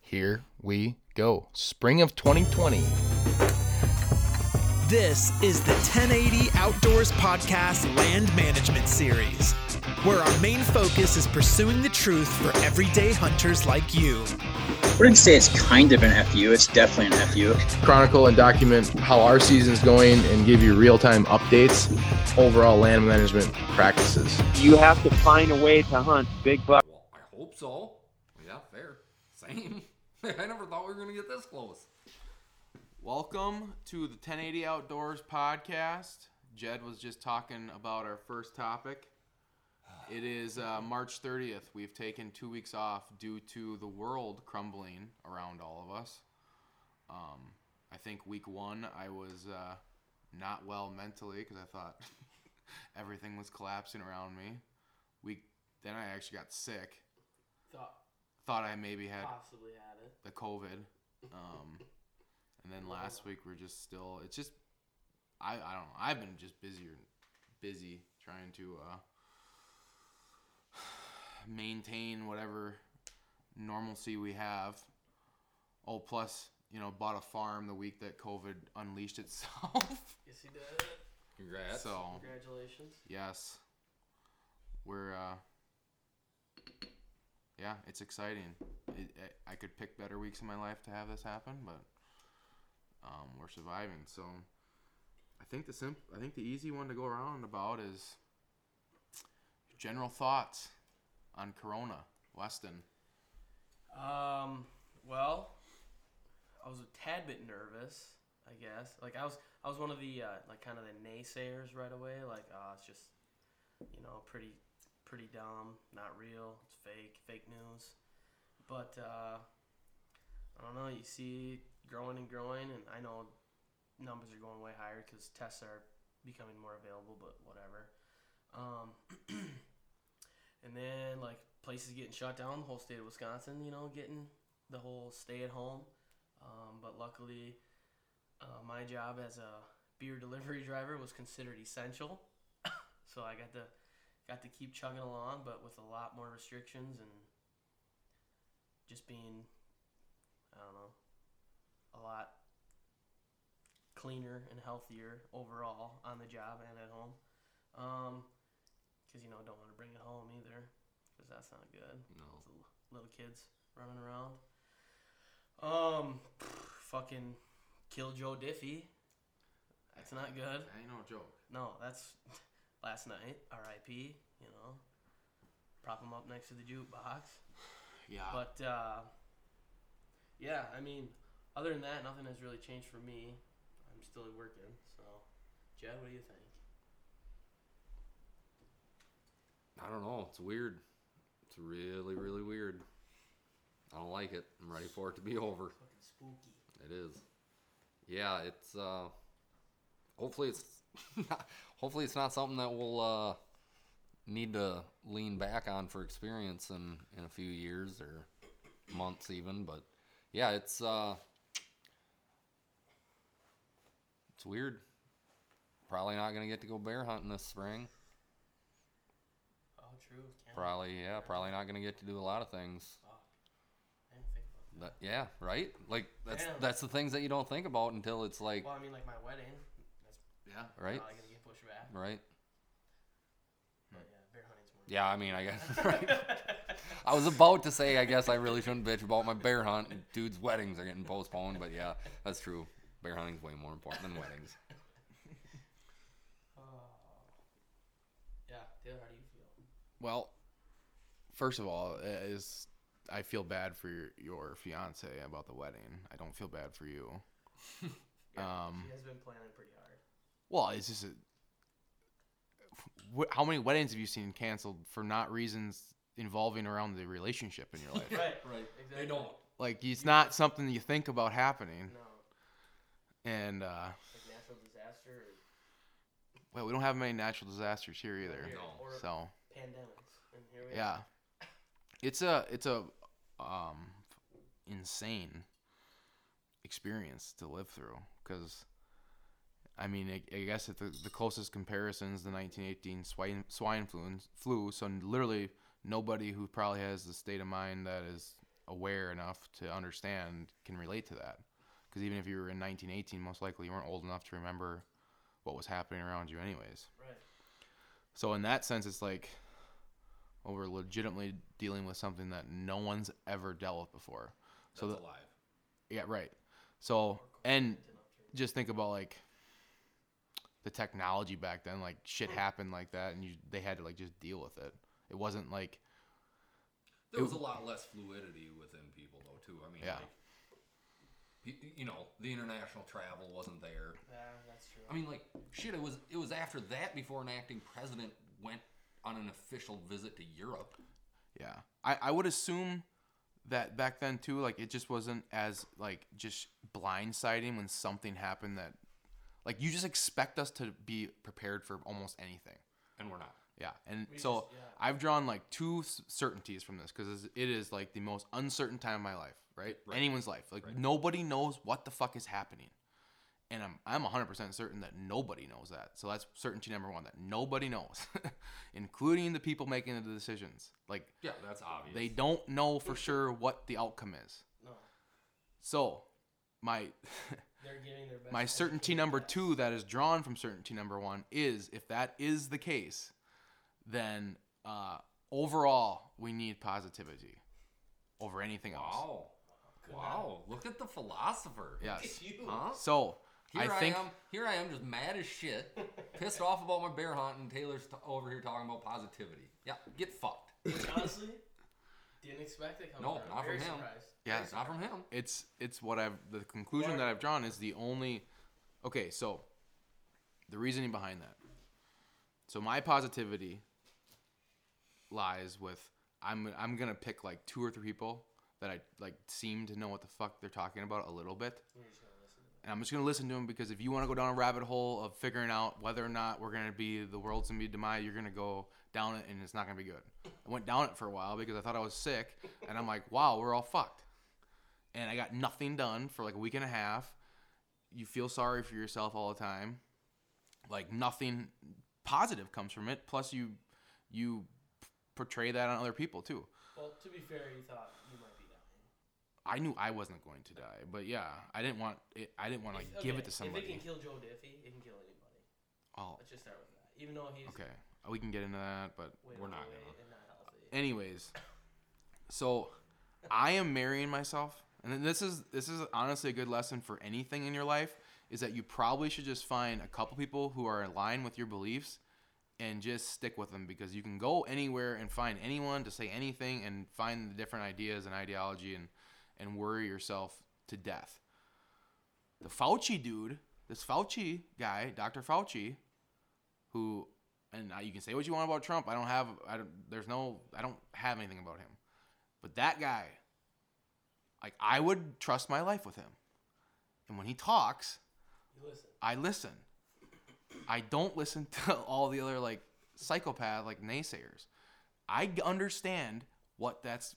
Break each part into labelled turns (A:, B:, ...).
A: Here we go. Spring of 2020.
B: This is the 1080 Outdoors Podcast Land Management Series, where our main focus is pursuing the truth for everyday hunters like you.
C: I wouldn't say it's kind of an FU. It's definitely an FU.
A: Chronicle and document how our season's going and give you real time updates, overall land management practices.
D: You have to find a way to hunt big buck.
E: Well, I hope so. Yeah, fair. Same. I never thought we were gonna get this close.
F: Welcome to the 1080 Outdoors podcast. Jed was just talking about our first topic. It is uh, March 30th. We've taken two weeks off due to the world crumbling around all of us. Um, I think week one, I was uh, not well mentally because I thought everything was collapsing around me. Week then, I actually got sick.
G: thought
F: Thought I maybe had
G: possibly had it.
F: the COVID. Um, and then last week we're just still. It's just I I don't know. I've been just busier, busy trying to uh, maintain whatever normalcy we have. Oh, plus you know bought a farm the week that COVID unleashed itself.
G: Yes, he did.
E: Congrats.
F: so
G: Congratulations.
F: yes, we're. Uh, yeah, it's exciting. It, I, I could pick better weeks in my life to have this happen, but um, we're surviving. So I think the simp- I think the easy one to go around about is general thoughts on Corona, Weston.
G: Um, well, I was a tad bit nervous, I guess. Like I was, I was one of the uh, like kind of the naysayers right away. Like, oh, it's just, you know, pretty, pretty dumb, not real, it's fake, fake news. But uh, I don't know. You see, growing and growing, and I know numbers are going way higher because tests are becoming more available. But whatever. Um, And then like places getting shut down, the whole state of Wisconsin, you know, getting the whole stay at home. Um, but luckily, uh, my job as a beer delivery driver was considered essential, so I got to got to keep chugging along, but with a lot more restrictions and just being, I don't know, a lot cleaner and healthier overall on the job and at home. Um, because you know don't want to bring it home either because that's not good
E: No.
G: It's l- little kids running around um fucking kill joe diffie that's not good
F: That ain't no joke.
G: no that's last night rip you know prop him up next to the jukebox
F: Yeah.
G: but uh, yeah, I mean, other than that, nothing has really changed for me. I'm still working. So, Jed, what do you think?
E: I don't know. It's weird. It's really, really weird. I don't like it. I'm ready for it to be over.
G: Fucking spooky.
E: It is. Yeah, it's uh hopefully it's not, hopefully it's not something that we'll uh need to lean back on for experience in in a few years or months even, but yeah, it's uh it's weird. Probably not going to get to go bear hunting this spring.
G: Oh, true. Can't-
E: Probably yeah, probably not going to get to do a lot of things.
G: I didn't think about
E: That, yeah, right? Like that's
G: Damn.
E: that's the things that you don't think about until it's like
G: that. Well, I mean, like my wedding. That's
F: yeah.
E: right?
G: probably gonna get pushed back.
E: Right?
G: But yeah, bear hunting's more.
E: Yeah, I mean, I guess. I was about to say, I guess I really shouldn't bitch about my bear hunt. Dude's weddings are getting postponed, but yeah, that's true. Bear hunting's way more important than weddings.
G: Oh. Yeah, Taylor, how do you feel?
A: Well, first of all, uh, is I feel bad for your, your fiance about the wedding. I don't feel bad for you. um,
E: Mm.
G: She has been planning pretty hard.
A: well, it's just a, wh- how many weddings have you seen canceled for not reasons involving around the relationship in your life?
G: Right.
E: Right.
G: Exactly.
A: like it's not something that you think about happening.
G: No,
A: And uh,
G: like natural disaster or
A: well, we don't have many natural disasters here either.
G: Here,
E: No.
G: or
A: So
G: pandemics, and here we
A: yeah,
G: are.
A: it's a it's a um insane experience to live through because I mean I, I guess if the, the closest comparison is the 1918 swine swine flu, flu so literally nobody who probably has the state of mind that is
F: aware enough to understand can relate to that. Because even if you were in 1918, most likely you weren't old enough to remember what was happening around you, anyways.
G: Right.
F: So in that sense, it's like, well, we're legitimately dealing with something that no one's ever dealt with before. so the,
E: alive.
F: yeah, right. So and just think about like the technology back then. Like shit happened like that, and you they had to like just deal with it. It wasn't like
E: There was a lot less fluidity within people though too. I mean,
F: Yeah.
E: like, y- you know, the international travel wasn't there.
G: Yeah, that's true.
E: I mean, like shit. It was it was after that before an acting president went on an official visit to Europe.
F: Yeah. I, I would assume that back then too, like it just wasn't as like just blindsiding when something happened that like you just expect us to be prepared for almost anything.
E: and we're not.
F: Yeah. And so I've drawn like two s- certainties from this because it is like the most uncertain time of my life, right? Anyone's life. Like nobody knows what the fuck is happening. And I'm, I'm 100% certain that nobody knows that. So that's certainty number one that nobody knows, including the people making the decisions. Like,
E: Yeah, that's obvious.
F: they don't know for sure what the outcome is.
G: no,
F: So, my
G: they're giving their best.
F: my
G: effort.
F: certainty number 2 that is drawn from certainty number 1 is if that is the case, then uh, overall we need positivity over anything else.
E: Wow. Wow. Look at the philosopher.
F: Yes.
E: Huh?
F: So,
E: Here
F: I
E: I,
F: think
E: am. Here I am, just mad as shit, pissed off about my bear hunt, and Taylor's t- over here talking about positivity. Yeah, get fucked.
G: Which, honestly, didn't expect it coming.
E: No,
G: from.
E: not
G: Very
E: from him.
G: Surprised.
F: Yeah.
E: It's not from him.
F: it's it's what I've the conclusion that I've drawn is the only okay, so the reasoning behind that. So my positivity lies with I'm I'm gonna pick like two or three people that I like seem to know what the fuck they're talking about a little bit. And I'm just gonna listen to them because if you want to go down a rabbit hole of figuring out whether or not we're gonna be the world's gonna be demise, you're gonna go down it and it's not gonna be good. I went down it for a while because I thought I was sick, and I'm like, wow, we're all fucked and I got nothing done for like a week and a half. You feel sorry for yourself all the time. Like nothing positive comes from it. Plus you you portray that on other people too.
G: Well, to be fair, you thought you might be
F: I
G: dying.
F: knew I wasn't going to die, but yeah, I didn't want it. I didn't want to like, give
G: Okay,
F: it to somebody.
G: If it can kill Joe Diffie, it can kill anybody.
F: oh,
G: Let's just start with that. Even though he's
F: okay. We can get into that, but
G: way
E: We're not
G: overweight
E: gonna.
G: and not healthy.
F: anyways, so I am marrying myself, and then this is this is honestly a good lesson for anything in your life is that you probably should just find a couple people who are aligned with your beliefs and just stick with them because you can go anywhere and find anyone to say anything and find the different ideas and ideology and and worry yourself to death. The Fauci dude, this Fauci guy, Dr. Fauci, who and I- you can say what you want about Trump. I don't have I don't there's no I don't have anything about him. But that guy like I would trust my life with him. And when he talks,
G: You listen.
F: I listen. I don't listen to all the other like psychopath like naysayers. I g- understand what that's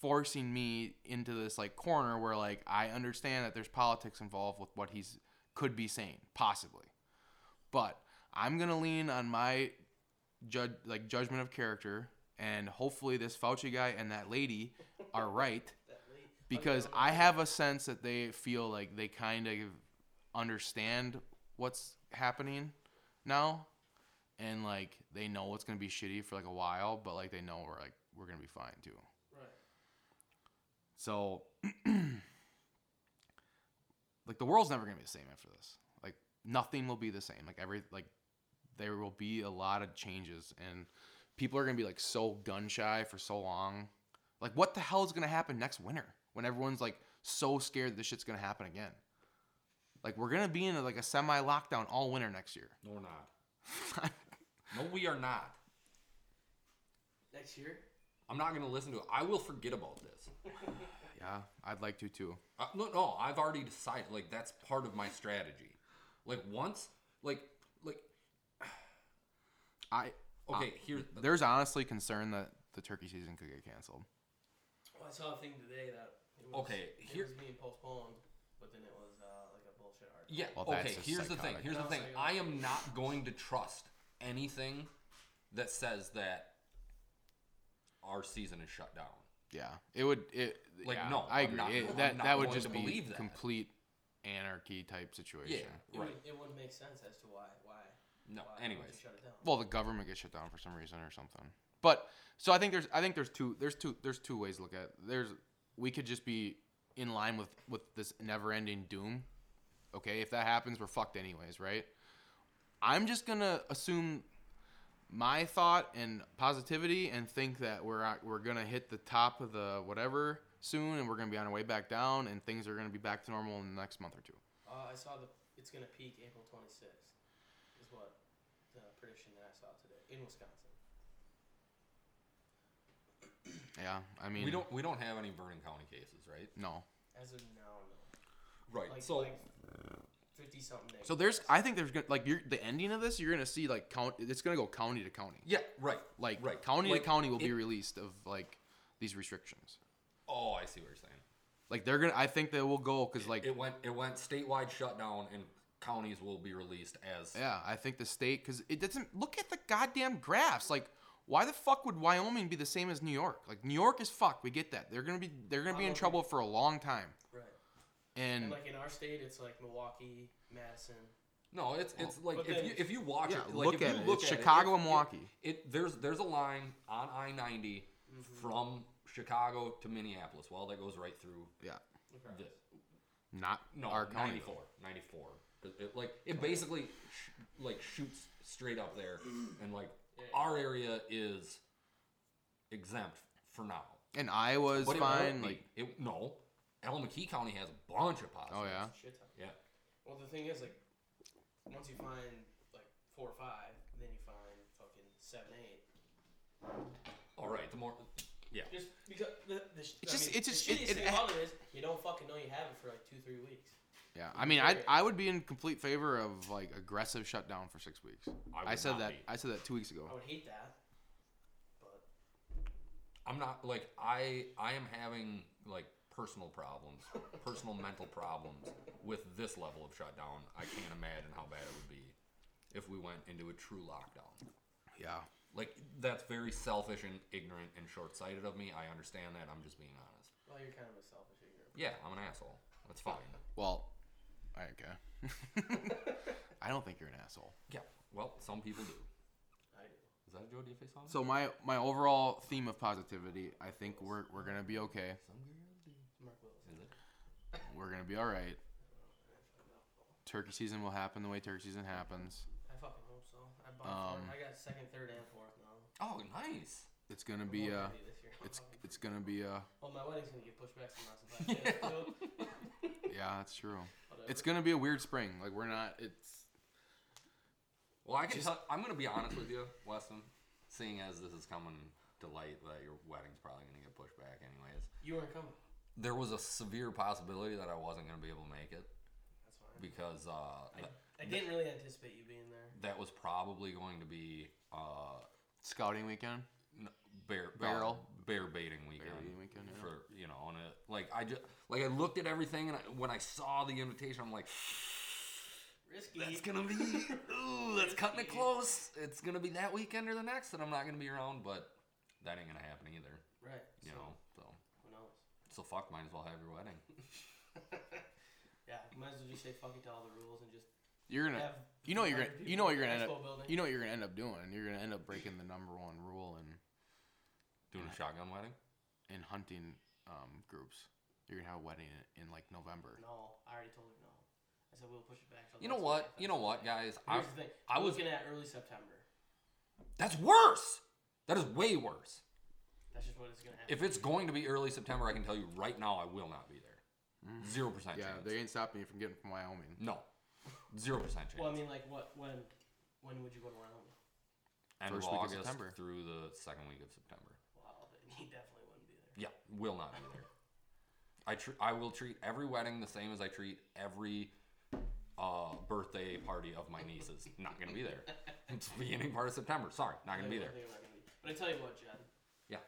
F: forcing me into this like corner where like I understand that there's politics involved with what he's could be saying possibly. But I'm going to lean on my judge like judgment of character and hopefully this Fauci guy and that lady are right because I have a sense that they feel like they kind of understand what's happening now and like they know it's gonna be shitty for like a while but like they know we're like we're gonna be fine too
G: Right.
F: so like the world's never gonna be the same after this like nothing will be the same like every like there will be a lot of changes and people are gonna be like so gun shy for so long like what the hell is gonna happen next winter when everyone's like so scared this shit's gonna happen again like we're gonna be in like a semi lockdown all winter next year
E: No, we're not. No, we are not.
G: Next year.
E: I'm not gonna listen to it. I will forget about this.
F: yeah i'd like to too
E: Uh, no, no, I've already decided. Like that's part of my strategy. Like once, like, like.
F: i
E: Okay, here.
F: there's honestly concern that the turkey season could get canceled
G: Well, I saw a thing today that it was,
E: Okay,
G: it
E: here-
G: was being postponed, but then it was uh, like a bullshit article.
E: Yeah.
F: Well, that's
E: okay.
F: just
E: Here's the thing.
F: psychotic.
E: Here's the
G: No,
E: thing.
G: psychotic.
E: I am not going to trust anything that says that our season is shut down.
F: Yeah, it would. It
E: Like,
F: yeah,
E: no,
F: I
E: I'm
F: agree.
E: not-
F: It-
E: I'm
F: that
E: not
F: that would
E: going
F: just
E: to
F: be
E: believe that.
F: complete anarchy type
E: Yeah,
F: situation.
E: right.
G: It, would, it wouldn't make sense as to why. Why?
E: No,
G: why would you
E: anyways.
G: shut it down?
F: Well, the government gets shut down for some reason or something. But so I think there's I think there's two there's two there's two ways to look at. It. There's we could just be in line with with this never ending doom. Okay, if that happens, we're fucked anyways, right? I'm just gonna assume my thought and positivity and think that we're at- we're gonna hit the top of the whatever soon, and we're gonna be on our way back down, and things are gonna be back to normal in the next month or two.
G: Uh, I saw the. It's gonna peak April 26th. Is what the prediction that I saw today in Wisconsin.
F: Yeah, I mean
E: We don't we don't have any Vernon County cases, right?
F: no.
G: As of now, no.
E: Right.
G: Like
E: so
G: like 50 something days.
F: So there's, I think there's gonna like you're, the ending of this. You're gonna see like count. It's gonna go county to county.
E: yeah, right.
F: Like
E: right.
F: county
E: Like,
F: to county will be
E: it-
F: released of like these restrictions.
E: Oh, I see what you're saying.
F: Like they're gonna. I think they will go because like
E: It went it went statewide shutdown and counties will be released as
F: yeah, I think the state because it doesn't look at the goddamn graphs. Like why the fuck would Wyoming be the same as New York? Like New York is fucked. We get that. They're gonna be they're gonna be
E: Um,
F: in
G: Okay.
F: trouble for a long time.
G: Right.
F: And
G: And like in our state, it's like Milwaukee, Madison.
E: No, it's it's like
G: but
E: if
G: then-
E: you if you watch
F: Yeah,
E: it, like
F: look
E: if you
F: at it.
E: look
F: It's
E: at
F: Chicago
E: it,
F: and Milwaukee.
E: It, it there's there's a line on I 90
G: Mm-hmm.
E: from Chicago to Minneapolis. Well, that goes right through
F: yeah,
E: the,
F: not
E: no
F: our county.
E: 94 94. It- it, like it basically sh- like shoots straight up there, and like our area is exempt for now.
F: And Iowa's
E: But it
F: fine.
E: won't be.
F: Like
E: it, no, Alameda County has a bunch of positives.
F: oh yeah,
G: Shit ton.
E: yeah.
G: Well, the thing is, like, once you find like four or five, then you find fucking seven, eight.
E: All right, the more yeah.
G: Just because the, the sh-
F: It's
G: I
F: just-
G: mean,
F: it's just-
G: the
F: it-
G: shittiest
F: it
G: thing
F: ha-
G: about it is you don't fucking know you have it for like two, three weeks.
F: yeah. I mean, I I would be in complete favor of like aggressive shutdown for six weeks.
E: I,
F: I
E: would
F: said
E: not
F: that.
E: be.
F: I said that two weeks ago.
G: I would hate that, but
E: I'm not like I I am having like personal problems, personal mental problems with this level of shutdown. I can't imagine how bad it would be if we went into a true lockdown.
F: Yeah.
E: Like that's very selfish and ignorant and short-sighted of me. I understand that. I'm just being honest.
G: well, you're kind of a selfish ignorant.
E: Yeah, I'm an asshole. That's fine.
F: Well, I- okay. I don't think you're an asshole.
E: Yeah. Well, some people do.
G: I do.
E: Is that a Joe Diffie song?
F: So my my overall theme of positivity, I think we're we're gonna be okay.
G: Mark Willis.
E: Is it?
F: We're gonna be all right. Turkey season will happen the way turkey season happens.
G: I fucking hope so. I bought.
F: Um,
G: fourth. I got second, third, and fourth now.
E: Oh, nice.
F: It's gonna be
G: Won't
F: a
G: be this year.
F: it's it's gonna be a
G: well, my wedding's gonna get pushed back some months. but I can't do it.
F: yeah, that's true.
G: Whatever.
F: It's gonna be a weird spring. Like we're not. It's
E: Well, I can tell, I'm going to be honest with you, Weston. Seeing as this is coming to light that your wedding's probably going to get pushed back anyways.
G: You weren't coming.
E: there was a severe possibility that I wasn't going to be able to make it
G: That's fine.
E: because uh, th-
G: I didn't really anticipate you being there.
E: that was probably going to be uh,
F: scouting weekend.
E: n- bear
F: Barrel.
E: uh, bear baiting weekend,
F: baiting weekend, yeah.
E: for you know, and it, like I just like I looked at everything and I, when I saw the invitation, I'm like,
G: Risky.
E: that's gonna be, ooh, that's cutting it close. It's gonna be that weekend or the next that I'm not gonna be around, but that ain't gonna happen either,
G: Right.
E: you
G: so,
E: know. So
G: Who knows?
E: so fuck, might as well have your wedding.
G: Yeah. you Might as well just say fuck it to all the rules and just.
F: You're gonna
G: Have
F: you know you're gonna
G: 100
F: you know
G: people
F: what
G: in
F: you're
G: the
F: gonna end
G: expo
F: up
G: building.
F: you know what you're gonna end up doing. You're gonna end up breaking the number one rule and.
E: Doing a shotgun wedding.
F: in hunting um, groups. You're gonna have a wedding in, in like November.
G: No, I already told her no. I said we'll push it back. till
E: You know
G: next
E: what?
G: month.
E: You know what, guys? I,
G: Here's the thing.
E: I
G: We're
E: was
G: looking at early September.
E: That's worse. That is way worse.
G: That's just what it's gonna happen.
E: If it's going to be early September, I can tell you right now, I will not be there. Zero percent
F: Yeah,
E: chance.
F: they ain't stopping you from getting from Wyoming.
E: no, zero percent chance.
G: well, I mean, like, what? When? When would you go to Wyoming?
E: End
F: first
E: of
F: week of
E: August
F: September.
E: through the second week of September.
G: Wow, but he definitely wouldn't be there.
E: Yeah, will not be there. I tr- I will treat every wedding the same as I treat every uh, birthday party of my nieces. not gonna be there. It's beginning part of September. Sorry, not gonna be
G: I
E: there.
G: think I'm not gonna be- But I tell you what, Jed,
E: Yeah,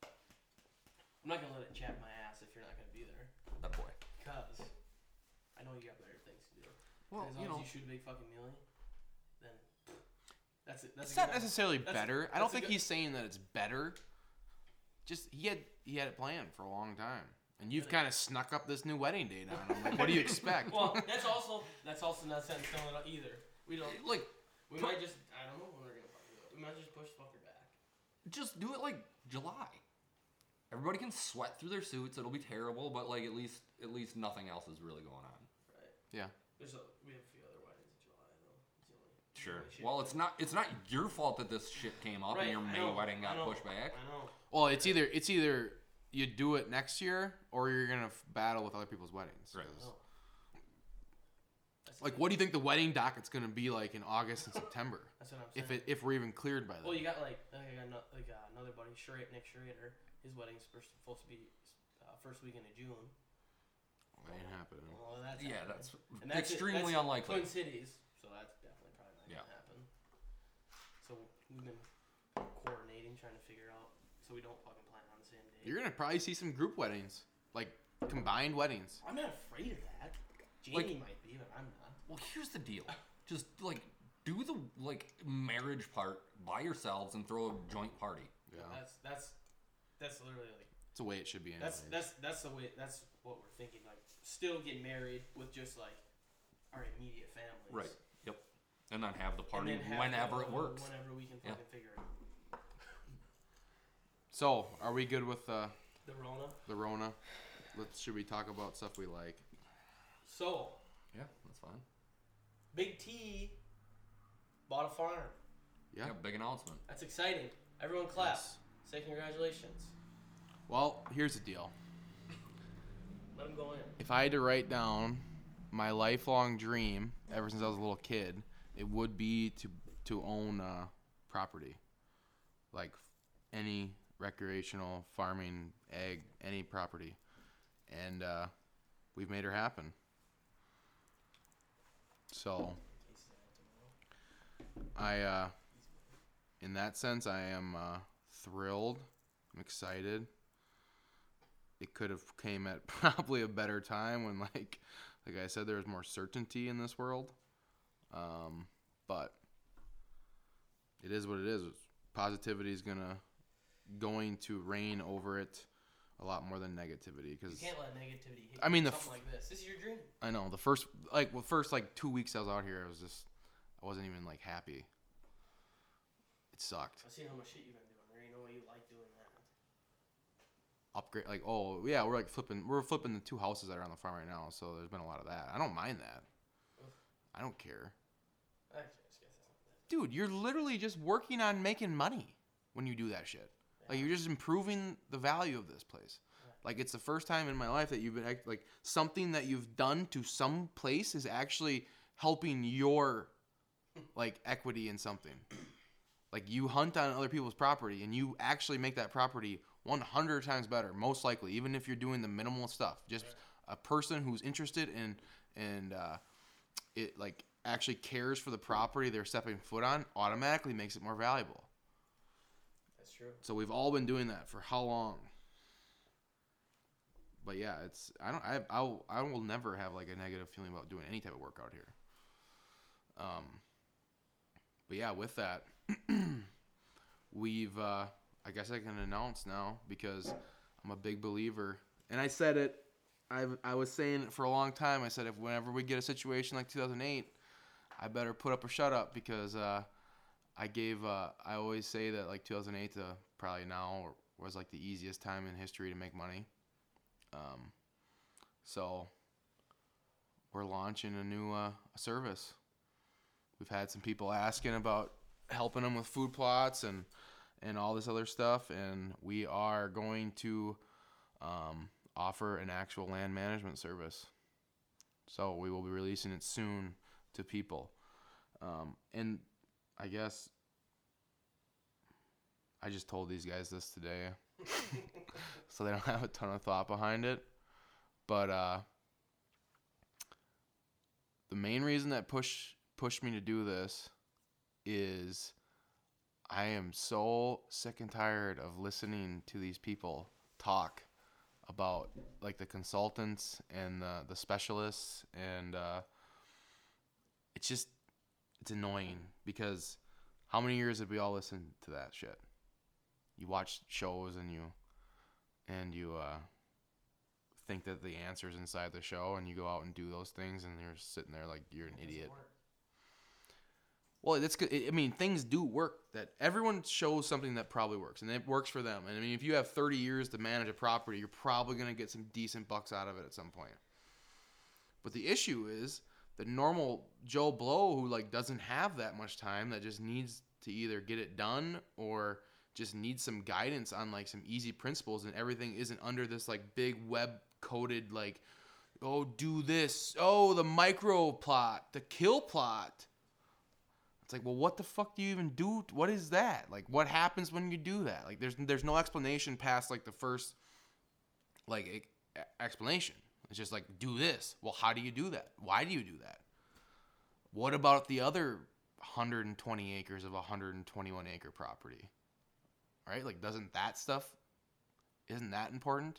G: I'm not gonna let it chat my ass if you're not gonna be there,
E: that boy.
G: because I know you got better things to do.
E: Well,
G: as long
E: you know,
G: as you shoot a big fucking mealy, then that's it. That's
F: It's not
G: a good-
F: necessarily
G: that's-
F: better. I don't
G: that's a
F: think
G: good-
F: he's saying that it's better. just he had he had it planned for a long time, and you've kind of snuck up this new wedding date on him. Like, what do you expect?
G: Well, that's also that's also not set in stone at all either. We don't.
E: Like,
G: We might just. I don't know when we're gonna fucking do it. We might just push the fucker back.
E: just do it like July. Everybody can sweat through their suits. It'll be terrible, but like at least at least nothing else is really going on.
G: Right.
F: yeah,
G: There's a. We have a few other weddings in July though. It's the only-
E: Sure.
G: shit.
E: Well, it's not it's not your fault that this shit came up
G: Right,
E: and your
G: I
E: May
G: know,
E: wedding
G: I
E: got
G: know,
E: pushed back.
G: I know.
F: Well, it's either it's either you do it next year or you're gonna f- battle with other people's weddings.
E: Right.
F: 'Cause,
G: Oh. That's
F: Like, what do you think the wedding docket's gonna be like in August and September?
G: That's what I'm saying.
F: If it if we're even cleared by then.
G: Well, you got like I got ano- like uh, another buddy, Shrate, Nick Schrader. His wedding's first, supposed to be uh, first weekend of June.
F: Well, it ain't happening.
G: Well, that's
E: Yeah,
G: happening.
E: that's
G: And that's
E: extremely
G: that's
E: unlikely.
G: Twin Cities, so that's definitely probably not
E: Yeah.
G: gonna happen. So we've been coordinating, trying to figure out so we don't fucking plan on the same day.
F: You're gonna probably see some group weddings, like combined weddings.
G: I'm not afraid of that. Jamie might be, but I'm not.
E: Well, here's the deal. Just like do the like marriage part by yourselves and throw a joint party.
F: Yeah,
G: That's that's that's literally like
F: it's the way it should be. Anyways.
G: That's that's that's the way. That's what we're thinking. Like, still get married with just like our immediate families.
E: Yep. And then have the
G: And
E: party
G: then have
E: whenever
G: the-
E: it works.
G: Whenever we can
E: Yeah.
G: fucking figure it out.
F: so, are we good with uh,
G: The Rona.
F: the Rona? Let's should we talk about stuff we like?
G: So,
E: Yeah, that's fine.
G: Big T bought a farm.
F: Yeah.
E: Yeah, big announcement.
G: That's exciting. Everyone clap. Say congratulations.
F: Well, here's the deal.
G: Let him go in.
F: If I had to write down my lifelong dream ever since I was a little kid, it would be to to own uh, property, like any recreational farming, egg, any property, and uh, we've made her happen. So, I uh, in that sense, I am uh, thrilled. I'm excited it could have came at probably a better time when like like I said there was more certainty in this world. Um, but it is what it is. Positivity is gonna going to reign over it a lot more than negativity
G: You
F: because
G: can't let negativity hit
F: I mean,
G: you.
F: the
G: something like this. This is your dream.
F: I know the first like well first like two weeks I was out here I was just I wasn't even like happy. It sucked.
G: I've seen how much shit you've been doing. There ain't no way you like doing that.
F: upgrade like oh yeah we're like flipping we're flipping the two houses that are on the farm right now so there's been a lot of that i don't mind that i don't care
G: Actually, I just guess that's not that.
F: dude you're literally just working on making money when you do that shit like you're just improving the value of this place like it's the first time in my life that you've been act- like something that you've done to some place is actually helping your like equity in something like you hunt on other people's property and you actually make that property 100 times better most likely even if you're doing the minimal stuff just a person who's interested in and uh, it like actually cares for the property they're stepping foot on automatically makes it more valuable
G: That's true.
F: so we've all been doing that for how long but yeah it's i don't i I'll, i will never have like a negative feeling about doing any type of work out here um but yeah with that we've uh i guess i can announce now because i'm a big believer and i said it i i was saying it for a long time i said if whenever we get a situation like 2008 i better put up or shut up because uh I gave. Uh, I always say that like 2008 to probably now was like the easiest time in history to make money. Um, so we're launching a new uh, service. We've had some people asking about helping them with food plots and and all this other stuff, and we are going to um, offer an actual land management service. So we will be releasing it soon to people. Um, and I guess I just told these guys this today, so they don't have a ton of thought behind it. But uh, the main reason that push pushed me to do this is I am so sick and tired of listening to these people talk about like the consultants and the, the specialists and uh, it's just it's annoying because how many years have we all listened to that shit? You watch shows and you and you uh, think that the answer's inside the show, and you go out and do those things, and you're sitting there like you're an idiot. Well, that's good. I mean, things do work. That everyone shows something that probably works, and it works for them. And I mean, if you have 30 years to manage a property, you're probably gonna get some decent bucks out of it at some point. But the issue is the normal Joe Blow who like doesn't have that much time that just needs to either get it done or just needs some guidance on like some easy principles and everything isn't under this like big web coded like oh do this oh the micro plot the kill plot it's like well what the fuck do you even do what is that like what happens when you do that like there's there's no explanation past like the first like e- explanation. It's just like do this. Well, how do you do that? Why do you do that? What about the other 120 acres of a 121 acre property? Right? Like doesn't that stuff isn't that important?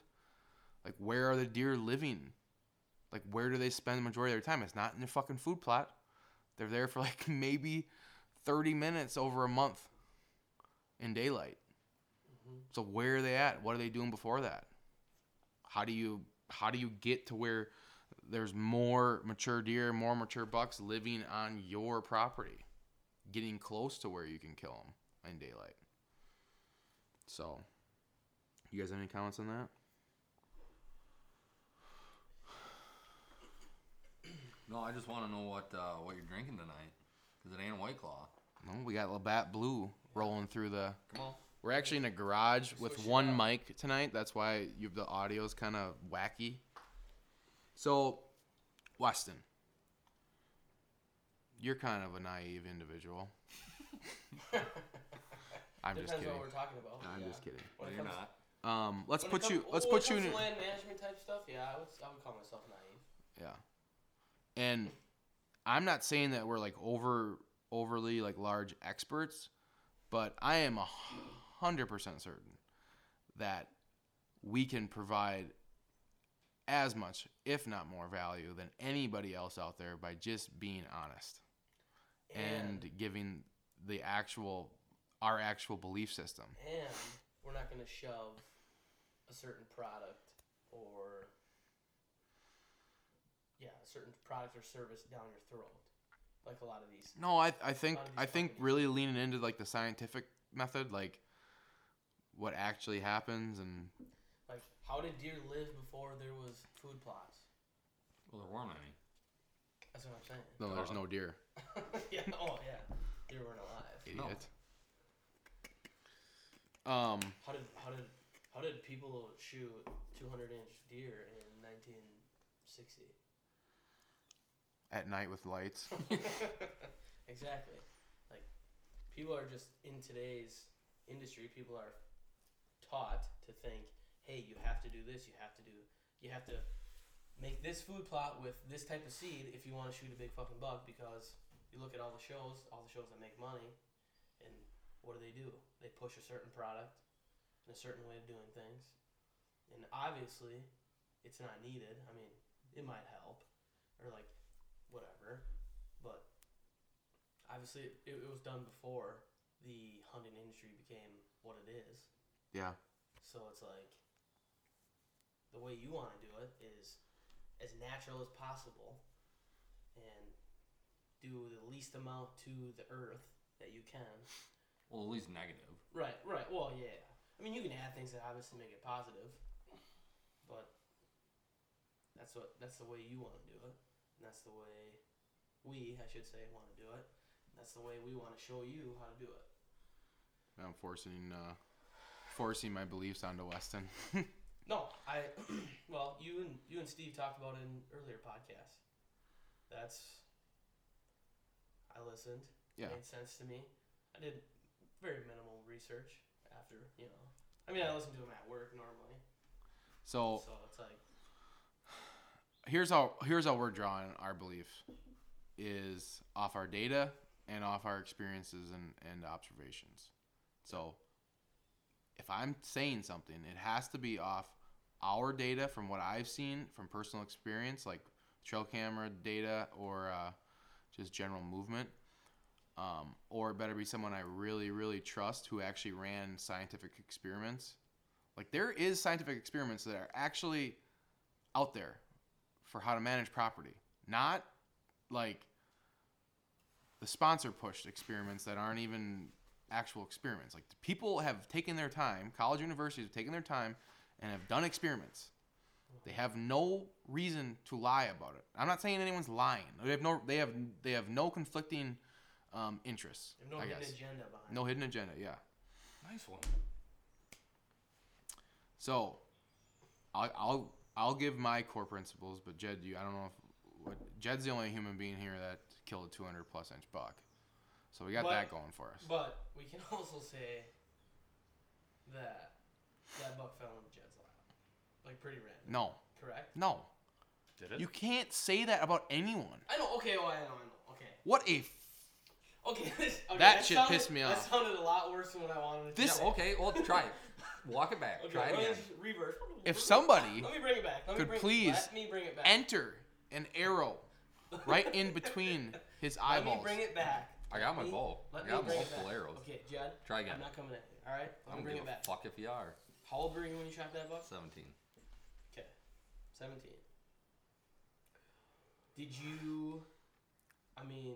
F: Like where are the deer living? Like where do they spend the majority of their time? It's not in their fucking food plot. They're there for like maybe 30 minutes over a month in daylight. So where are they at? What are they doing before that? how do you how do you get to where there's more mature deer more mature bucks living on your property getting close to where you can kill them in daylight so you guys have any comments on that
E: No, I just want to know what uh, what you're drinking tonight, because it ain't a White Claw.
F: no we got labatt blue rolling through the
E: Come on.
F: we're actually in a garage with one mic tonight that's why you the audio's kind of wacky so weston you're kind of a naive individual i'm
G: Depends
F: just kidding
G: what we're talking about.
F: i'm just kidding
E: No, you're not.
F: Um, let's
G: When it
F: put
G: comes-
F: you.
G: oh,
F: Let's
G: when it
F: put you
G: comes
F: in.
G: to land management type stuff. Yeah, I would, I would call myself naive.
F: Yeah. And I'm not saying that we're like over overly like large experts, but I am a hundred percent certain that we can provide as much, if not more, value than anybody else out there by just being honest and, giving the actual our actual belief system.
G: and we're not going to shove a certain product or yeah, a certain product or service down your throat, like a lot of these.
F: No, I I think
G: How do you
F: I think
G: fucking-
F: really leaning into like the scientific method, like what actually happens, and
G: Like, how did deer live before there was food plots?
E: Well, there weren't any.
G: That's what I'm saying.
F: no, there's no deer,
G: yeah. Oh yeah, deer weren't alive.
F: idiot. Um,
G: How did how did how did people shoot 200 inch deer in 1960?
F: at night with lights.
G: Exactly. Like people are just in today's industry, people are taught to think, "Hey, you have to do this, you have to do you have to make this food plot with this type of seed if you want to shoot a big fucking buck because you look at all the shows, all the shows that make money and what do they do? They push a certain product and a certain way of doing things. And obviously, it's not needed. I mean, it might help or like whatever, but obviously it, it was done before the hunting industry became what it is
F: Yeah,
G: so it's like the way you want to do it is as natural as possible and do the least amount to the earth that you can
E: Well, at least negative.
G: right right well yeah i mean you can add things that obviously make it positive but that's what that's the way you want to do it and that's the way we i should say want to do it that's the way we want to show you how to do it
F: I'm forcing uh, forcing my beliefs onto Weston.
G: No, I. well, you and you and Steve talked about it in earlier podcasts. That's. I listened.
F: Yeah.
G: It made sense to me. I did very minimal research after you know. I mean, I listen to him at work normally,
F: so
G: so it's like
F: here's how here's how we're drawing our belief is off our data and off our experiences and, and observations. So if I'm saying something, it has to be off our data from what I've seen from personal experience, like trail camera data or uh, just general movement. Um, or it better be someone I really, really trust who actually ran scientific experiments Like there is scientific experiments that are actually out there for how to manage property, not like the sponsor pushed experiments that aren't even actual experiments. Like people have taken their time, college universities have taken their time and have done experiments. They have no reason to lie about it. I'm not saying anyone's lying. They have no they have they have no conflicting um, interests.
G: There's no
F: I
G: hidden
F: guess.
G: agenda behind.
F: No hidden agenda, yeah.
E: Nice one.
F: So, I'll I'll, I'll give my core principles, but Jed, you I don't know if what, Jed's the only human being here that killed a 200 plus inch buck, so we got
G: But-
F: that going for us.
G: But we can also say that that buck fell in the Jed's lap, like pretty random.
F: no,
G: Correct.
F: no,
E: Did it?
F: you can't say that about anyone.
G: I know. Okay. Well, I know. I know. Okay.
F: What a f-
G: Okay. This, okay
F: That shit
G: sounded,
F: pissed me
G: That
F: off.
G: sounded a lot worse than what I wanted. to
F: This-
G: say.
E: yeah, okay, well, try it. Walk it back.
G: Okay,
E: try it
G: well,
E: again.
G: let's just reverse.
F: If somebody
G: let me bring it back. Let me
F: could
G: bring,
F: please
G: let me bring it back.
F: enter an arrow right in between his
G: let
F: eyeballs.
G: me bring it back.
E: I got my
G: Let me-
E: bow. I
G: Let me
E: got
G: bring it
E: multiple
G: back.
E: arrows.
G: Okay, Jed.
E: Try again.
G: I'm not coming at you. All
E: I
G: right. Let me
E: don't
G: bring
E: give
G: it
E: a
G: back.
E: fuck if you are.
G: How old were you when you shot that buck?
E: 17.
G: Okay. 17. Did you. I mean,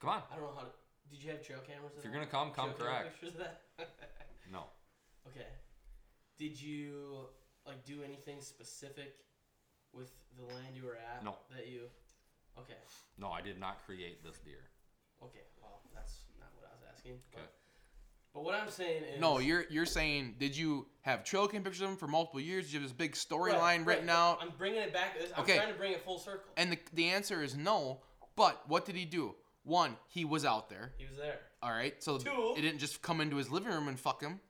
E: Come on.
G: I don't know how to. Did you have trail cameras? at
E: If you're
G: all?
E: gonna come, come
G: Trail camera
E: correct.
G: Pictures of that?
E: No.
G: okay. Did you, like, do anything specific with the land you were at?
E: No.
G: That you. Okay.
E: No, I did not create this deer.
G: Okay. Well, that's not what I was asking. but-
E: Okay.
G: But what I'm saying is.
F: No, you're you're saying did you have trail cam pictures of him for multiple years? Did you have this big
G: Right,
F: storyline
G: right,
F: written
G: but
F: out?
G: I'm bringing it back. I'm
F: Okay.
G: trying to bring it full circle.
F: And the, the answer is no. But what did he do? One, he was out there.
G: He was there.
F: All right. So
G: Two.
F: it didn't just come into his living room and fuck him.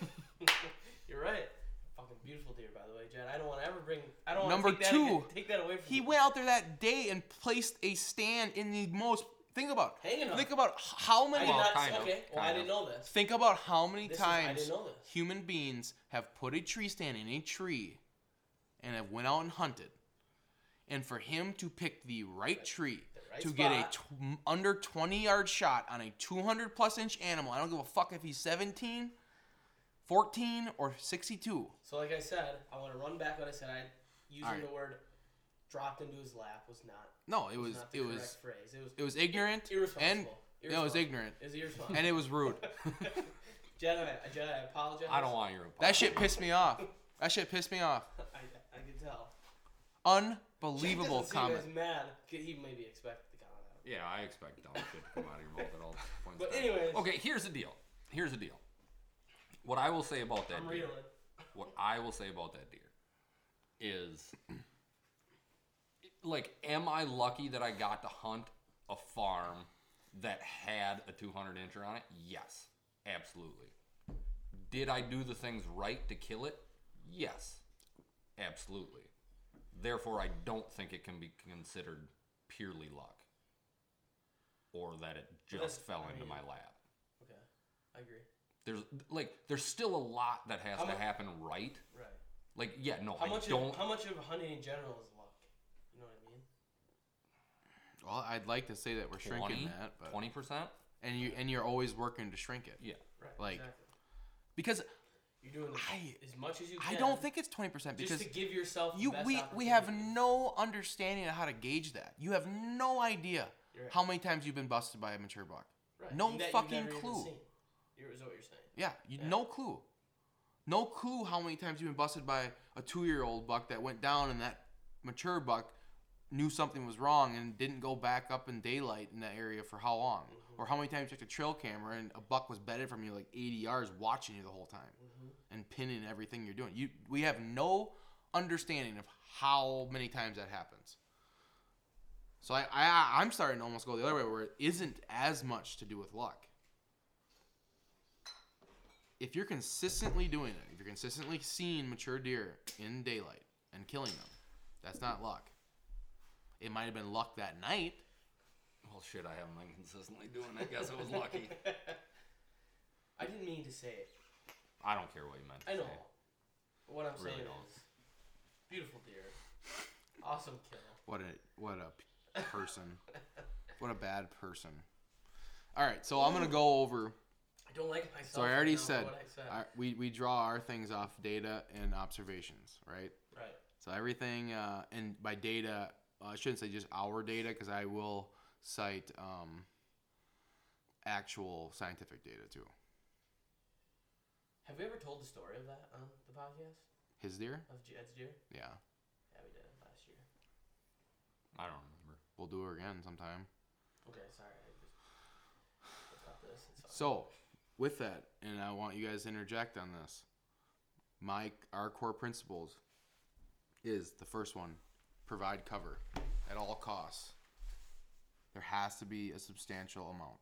G: You're right. Fucking beautiful deer, by the way, Jed. I don't want to ever bring. I don't want
F: Number
G: to take,
F: two,
G: that again- take that away from
F: He
G: you.
F: went out there that day and placed a stand in the most. Think about.
G: Hanging on.
F: Think about h- how
G: I
F: many.
G: did
E: Well,
G: not.
E: kind of,
G: okay. well, I
E: kind
G: didn't know this.
F: Think about how many
G: This is- I
F: times
G: didn't know this.
F: human beings have put a tree stand in a tree, and have went out and hunted. And for him to pick the right tree
G: right
F: to get a
G: spot.
F: tw- under 20 yard shot on a 200 plus inch animal, I don't give a fuck if he's 17, 14, or 62.
G: So, like I said, I want to run back what I said. I using
F: All right.
G: the word dropped into his lap was not.
F: No, it was
G: not the
F: it
G: correct
F: was
G: phrase. It was.
F: it was ignorant
G: irresponsible.
F: and no, it was
G: Irresponsible.
F: ignorant
G: It was irresponsible.
F: and it was rude.
G: Jed, I, Jed, I apologize.
E: I don't want your apology.
F: That shit pissed me off. That shit pissed me off.
G: I, I can tell. Jed
F: Unbelievable
G: doesn't seem
F: comment.
G: as mad. 'Cause He maybe expected the comment.
E: Yeah, I expect dumb shit to come out of your mouth at all points.
G: But
E: in time.
G: anyways.
E: Okay, here's the deal. Here's the deal. What I will say about that
G: I'm
E: deer,
G: reeling.
E: what I will say about that deer is like am I lucky that I got to hunt a farm that had a 200 incher on it? Yes. Absolutely. Did I do the things right to kill it? Yes. Absolutely. Therefore I don't think it can be considered purely luck or that it
G: that's-
E: just fell
G: I
E: into
G: mean-
E: my lap.
G: Okay. I agree.
E: There's like there's still a lot that has
G: How
E: to
G: mu-
E: happen right.
G: Right.
E: Like yeah, no,
G: How
E: I
G: much?
E: don't
G: Of, how much of hunting in general is luck? You know what
F: Well,
G: I mean?
F: I'd like to say that we're shrinking
E: 20,
F: that, but
E: 20%?
F: and you and you're always working to shrink it
E: Yeah.
G: Right.
F: Like,
G: exactly.
F: because
G: you're doing
F: I-
G: as much as you
F: I
G: can.
F: don't think it's 20%
G: just
F: because
G: to give yourself the
F: you
G: best
F: we we have
G: opportunity.
F: no understanding of how to gauge that. You have no idea
G: You're right.
F: how many times you've been busted by a mature buck.
G: Right,
F: No
G: that you've
F: fucking
G: never even
F: clue.
G: seen. You're- Is what you're saying?
F: Yeah, you, no clue. No clue how many times you've been busted by a two-year-old buck that went down, and that mature buck knew something was wrong and didn't go back up in daylight in that area for how long, or how many times you checked a trail camera and a buck was bedded from you like 80 yards, watching you the whole time and pinning everything you're doing. You, we have no understanding of how many times that happens. So I, I, I'm starting to almost go the other way, where it isn't as much to do with luck if you're consistently doing it, if you're consistently seeing mature deer in daylight and killing them, that's not luck. It might have been luck that night.
E: Well, shit, I haven't been consistently doing it. I guess I was lucky.
G: I didn't mean to say it.
E: I don't care what you meant. to
G: I know.
E: say.
G: What I'm
E: Really
G: saying
E: don't.
G: is, beautiful deer, awesome kill.
F: What a what a p- person. what a bad person. All right, so I'm gonna go over
G: I don't like myself.
F: So I
G: right
F: already
G: now for
F: said,
G: what I said.
F: I- we we draw our things off data and observations, right?
G: right.
F: So everything, uh, and by data, uh, I shouldn't say just our data, because I will cite um, actual scientific data too.
G: Have we ever told the story of that on the podcast
F: His deer,
G: of Jed's deer?
F: yeah,
G: Yeah, we did it last year.
E: I don't remember.
F: we'll do it again sometime.
G: Okay, sorry. I just I thought this. and saw-
F: So, with that, and I want you guys to interject on this. My our core principles is the first one: provide cover at all costs. There has to be a substantial amount.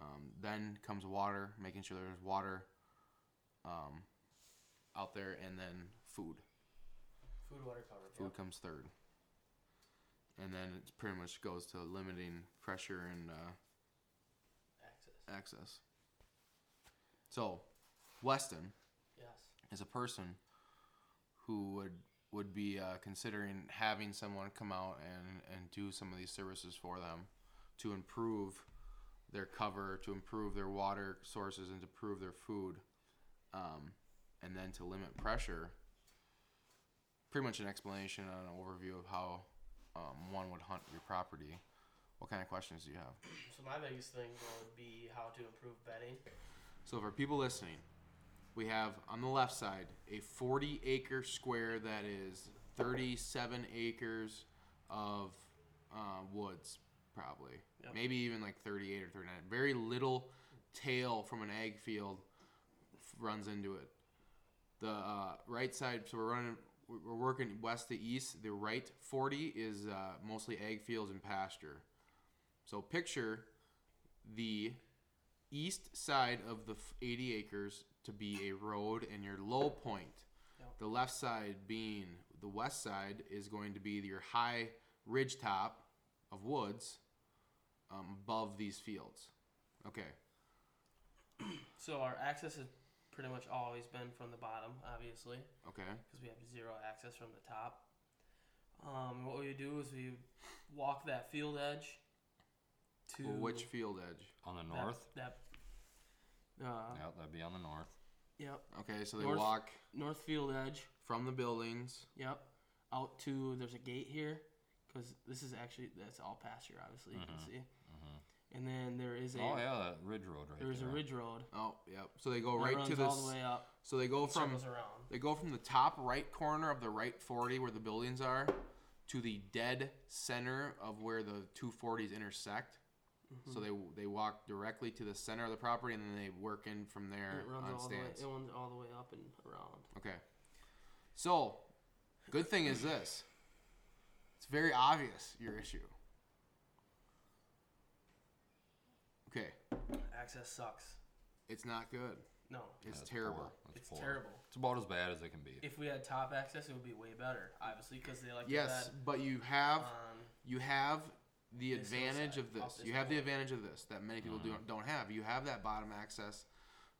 F: Um, then comes water, making sure there's water um, out there, and then food.
G: food, water, cover.
F: Food
G: Yep.
F: comes third, and then it pretty much goes to limiting pressure and. Uh,
G: Access.
F: access. So, Weston
G: Yes.
F: is a person who would would be uh, considering having someone come out and and do some of these services for them to improve their cover, to improve their water sources, and to improve their food, um, and then to limit pressure. Pretty much an explanation and an overview of how um, one would hunt your property. What kind of questions do you have?
G: So my biggest thing would be how to improve bedding.
F: So for people listening, we have on the left side a 40 acre square that is 37 acres of uh, woods, probably.
G: Yep.
F: Maybe even like 38 or 39. Very little tail from an ag field f- runs into it. The uh, right side, so we're running, we're- we're working west to east. The right 40 is uh, mostly ag fields and pasture. So picture the east side of the f- 80 acres to be a road and your low point. The left side being the west side is going to be your high ridge top of woods um, above these fields. Okay.
G: So our access has pretty much always been from the bottom, obviously,
F: Okay.
G: because we have zero access from the top. Um, what we would do is we would walk that field edge to
F: Well, which field edge?
E: On the
G: that-
E: north?
G: That. uh,
E: Yeah, that'd be on the north.
G: Yep.
F: Okay, so they
G: North-
F: walk
G: North field edge.
F: from the buildings.
G: Yep. Out to there's a gate here, because this is actually that's all pasture. Obviously, you
F: Mm-hmm.
G: can see. And then there is a
E: Oh yeah, that Ridge Road right
G: there's a
E: there.
G: ridge road.
F: Oh, yep. So they go
G: that
F: right
G: runs
F: to
G: all
F: this.
G: the way up.
F: So they go from
G: circles around.
F: They go from the top right corner of the right 40 where the buildings are to the dead center of where the two 40s intersect. So they they walk directly to the center of the property and then they work in from there
G: It runs
F: on
G: all
F: stands.
G: the way. It runs all the way up and around.
F: Okay. So, good thing is this. It's very obvious your issue. Okay.
G: Access sucks.
F: It's not good.
G: No,
F: It's
E: That's
F: terrible.
E: poor. That's
G: it's
E: poor.
G: terrible.
E: It's about as bad as it can be.
G: If we had top access, it would be way better, obviously, because they like to
F: Yes,
G: bet
F: but you have
G: on
F: you have the
G: This
F: advantage
G: hillside,
F: of
G: off
F: this.
G: this
F: You have the
G: hill.
F: advantage of this that many people do don't have. You have that bottom access.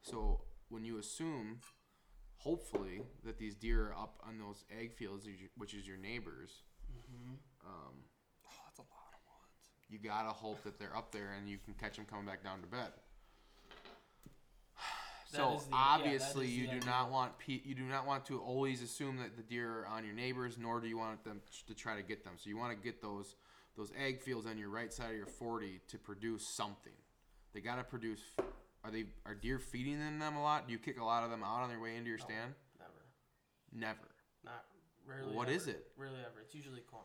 F: So when you assume, hopefully, that these deer are up on those egg fields, is your- which is your neighbors, um,
E: Oh, that's a lot of woods.
F: you gotta hope that they're up there and you can catch them coming back down to bed. So
G: is the- yeah, that
F: obviously
G: is
F: you
G: the
F: do
G: idea.
F: not want pe- you do not want to always assume that the deer are on your neighbors, nor do you want them to try to get them. So you want to get those those egg fields on your right side of your forty to produce something. They gotta produce. Are they are deer feeding in them a lot? Do you kick a lot of them out on their way into your stand?
G: never,
F: Never.
G: not rarely.
F: What
G: ever.
F: is it?
G: Rarely ever. It's usually corn.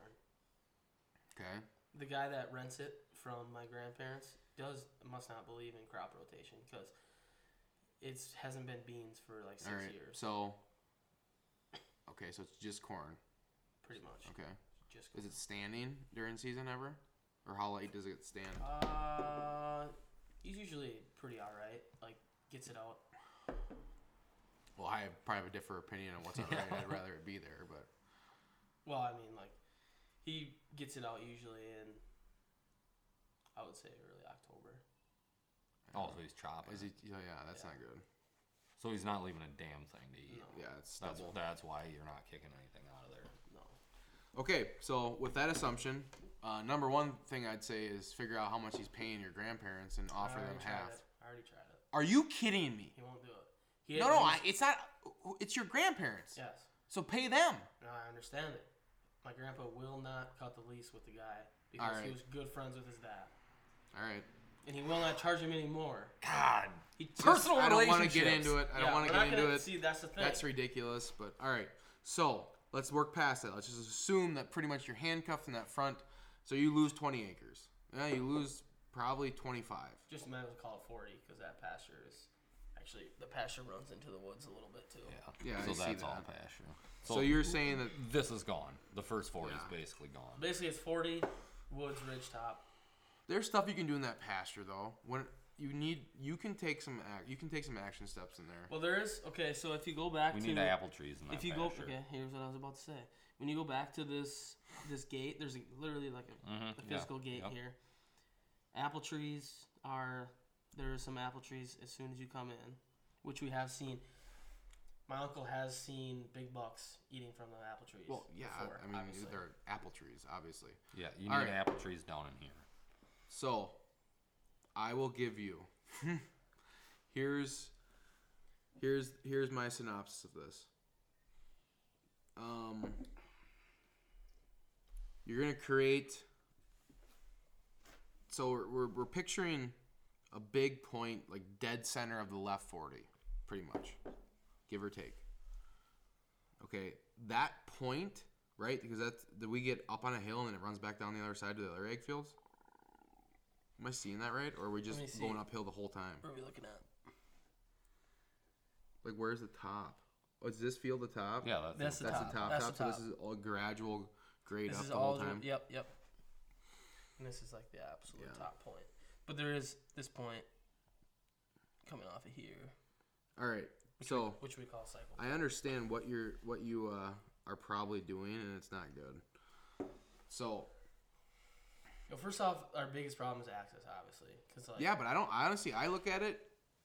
F: Okay.
G: The guy that rents it from my grandparents does must not believe in crop rotation because it hasn't been beans for like six
F: All right.
G: years,
F: So. Okay, so it's just corn.
G: pretty much.
F: Okay.
G: Just
F: Is it standing during season ever? Or how late does it stand?
G: Uh, he's usually pretty all right. Like gets it out.
F: Well, I have probably have a different opinion on what's alright. I'd rather it be there, but
G: Well, I mean, like he gets it out usually in I would say early October.
E: Oh, so he's chopping.
F: is it? Yeah, yeah that's not good.
E: So he's not leaving a damn thing to eat.
F: Yeah, it's
E: That's
F: double.
E: that's why you're not kicking anything out of there.
G: No.
F: Okay, so with that assumption, uh, number one thing I'd say is figure out how much he's paying your grandparents and offer
G: I
F: them
G: already tried
F: half.
G: It. I already tried it.
F: Are you kidding me?
G: He won't do it. He
F: No, no, I,
G: he's-
F: it's not. It's your grandparents.
G: Yes.
F: So pay them.
G: No, I understand it. My grandpa will not cut the lease with the guy because he
F: Alright.
G: was good friends with his dad,
F: All right.
G: and he will not charge him anymore.
E: God.
G: He
E: Personal
F: I don't want to get
E: relationships.
F: into it. I don't want to get into it.
G: See, that's the thing.
F: That's ridiculous. But all right. So let's work past that. Let's just assume that pretty much you're handcuffed in that front. So you lose 20 acres. Yeah, you lose probably 25.
G: Just might as well call it forty because that pasture is actually the pasture runs into the woods a little bit too.
E: Yeah.
F: Yeah,
E: So
F: I see
E: that's all
F: that.
E: pasture.
F: So you're saying that
E: This is gone. The first four is basically gone.
G: Basically, it's forty woods ridge top.
F: there's stuff you can do in that pasture though. When you need, you can take some ac- you can take some action steps in there.
G: Well, there is okay. So if you go back
E: We
G: to
E: need apple trees in that
G: if you
E: pasture.
G: go okay, here's what I was about to say. When you go back to this this gate, there's a, literally like a,
F: Mm-hmm,
G: a
E: yeah,
G: physical gate
E: yep.
G: here. Apple trees are there are some apple trees as soon as you come in, which we have seen. My uncle has seen big bucks eating from the apple trees.
F: Well, yeah, I-
G: before,
F: I mean
G: obviously.
F: they're apple trees, obviously.
E: Yeah, you need
F: All right.
E: apple trees down in here.
F: So, I will give you. here's, here's, here's my synopsis of this. Um, you're gonna create. So we're, we're, we're picturing a big point, like dead center of the left forty, pretty much, give or take. Okay, that point, right? Because that's that we get up on a hill and it runs back down the other side to the other egg fields. Am I seeing that right, or are we just
G: me see.
F: going uphill the whole time?
G: What are we looking at?
F: Like, where's the top? Oh, is this field the top?
E: Yeah, that's,
G: That's the
F: That's
G: top.
F: the top.
G: That's
F: top.
G: the top.
F: So this is all gradual grade
G: This
F: up
G: is
F: the
G: all
F: whole time.
G: The, yep, yep. And this is like the absolute top point. But there is this point coming off of here,
F: All right. So
G: which we call cycle.
F: I understand what you're what you uh, are probably doing, and it's not good. So
G: Yo, first off, our biggest problem is access, obviously, because like
F: yeah, but I don't. I honestly, I look at it.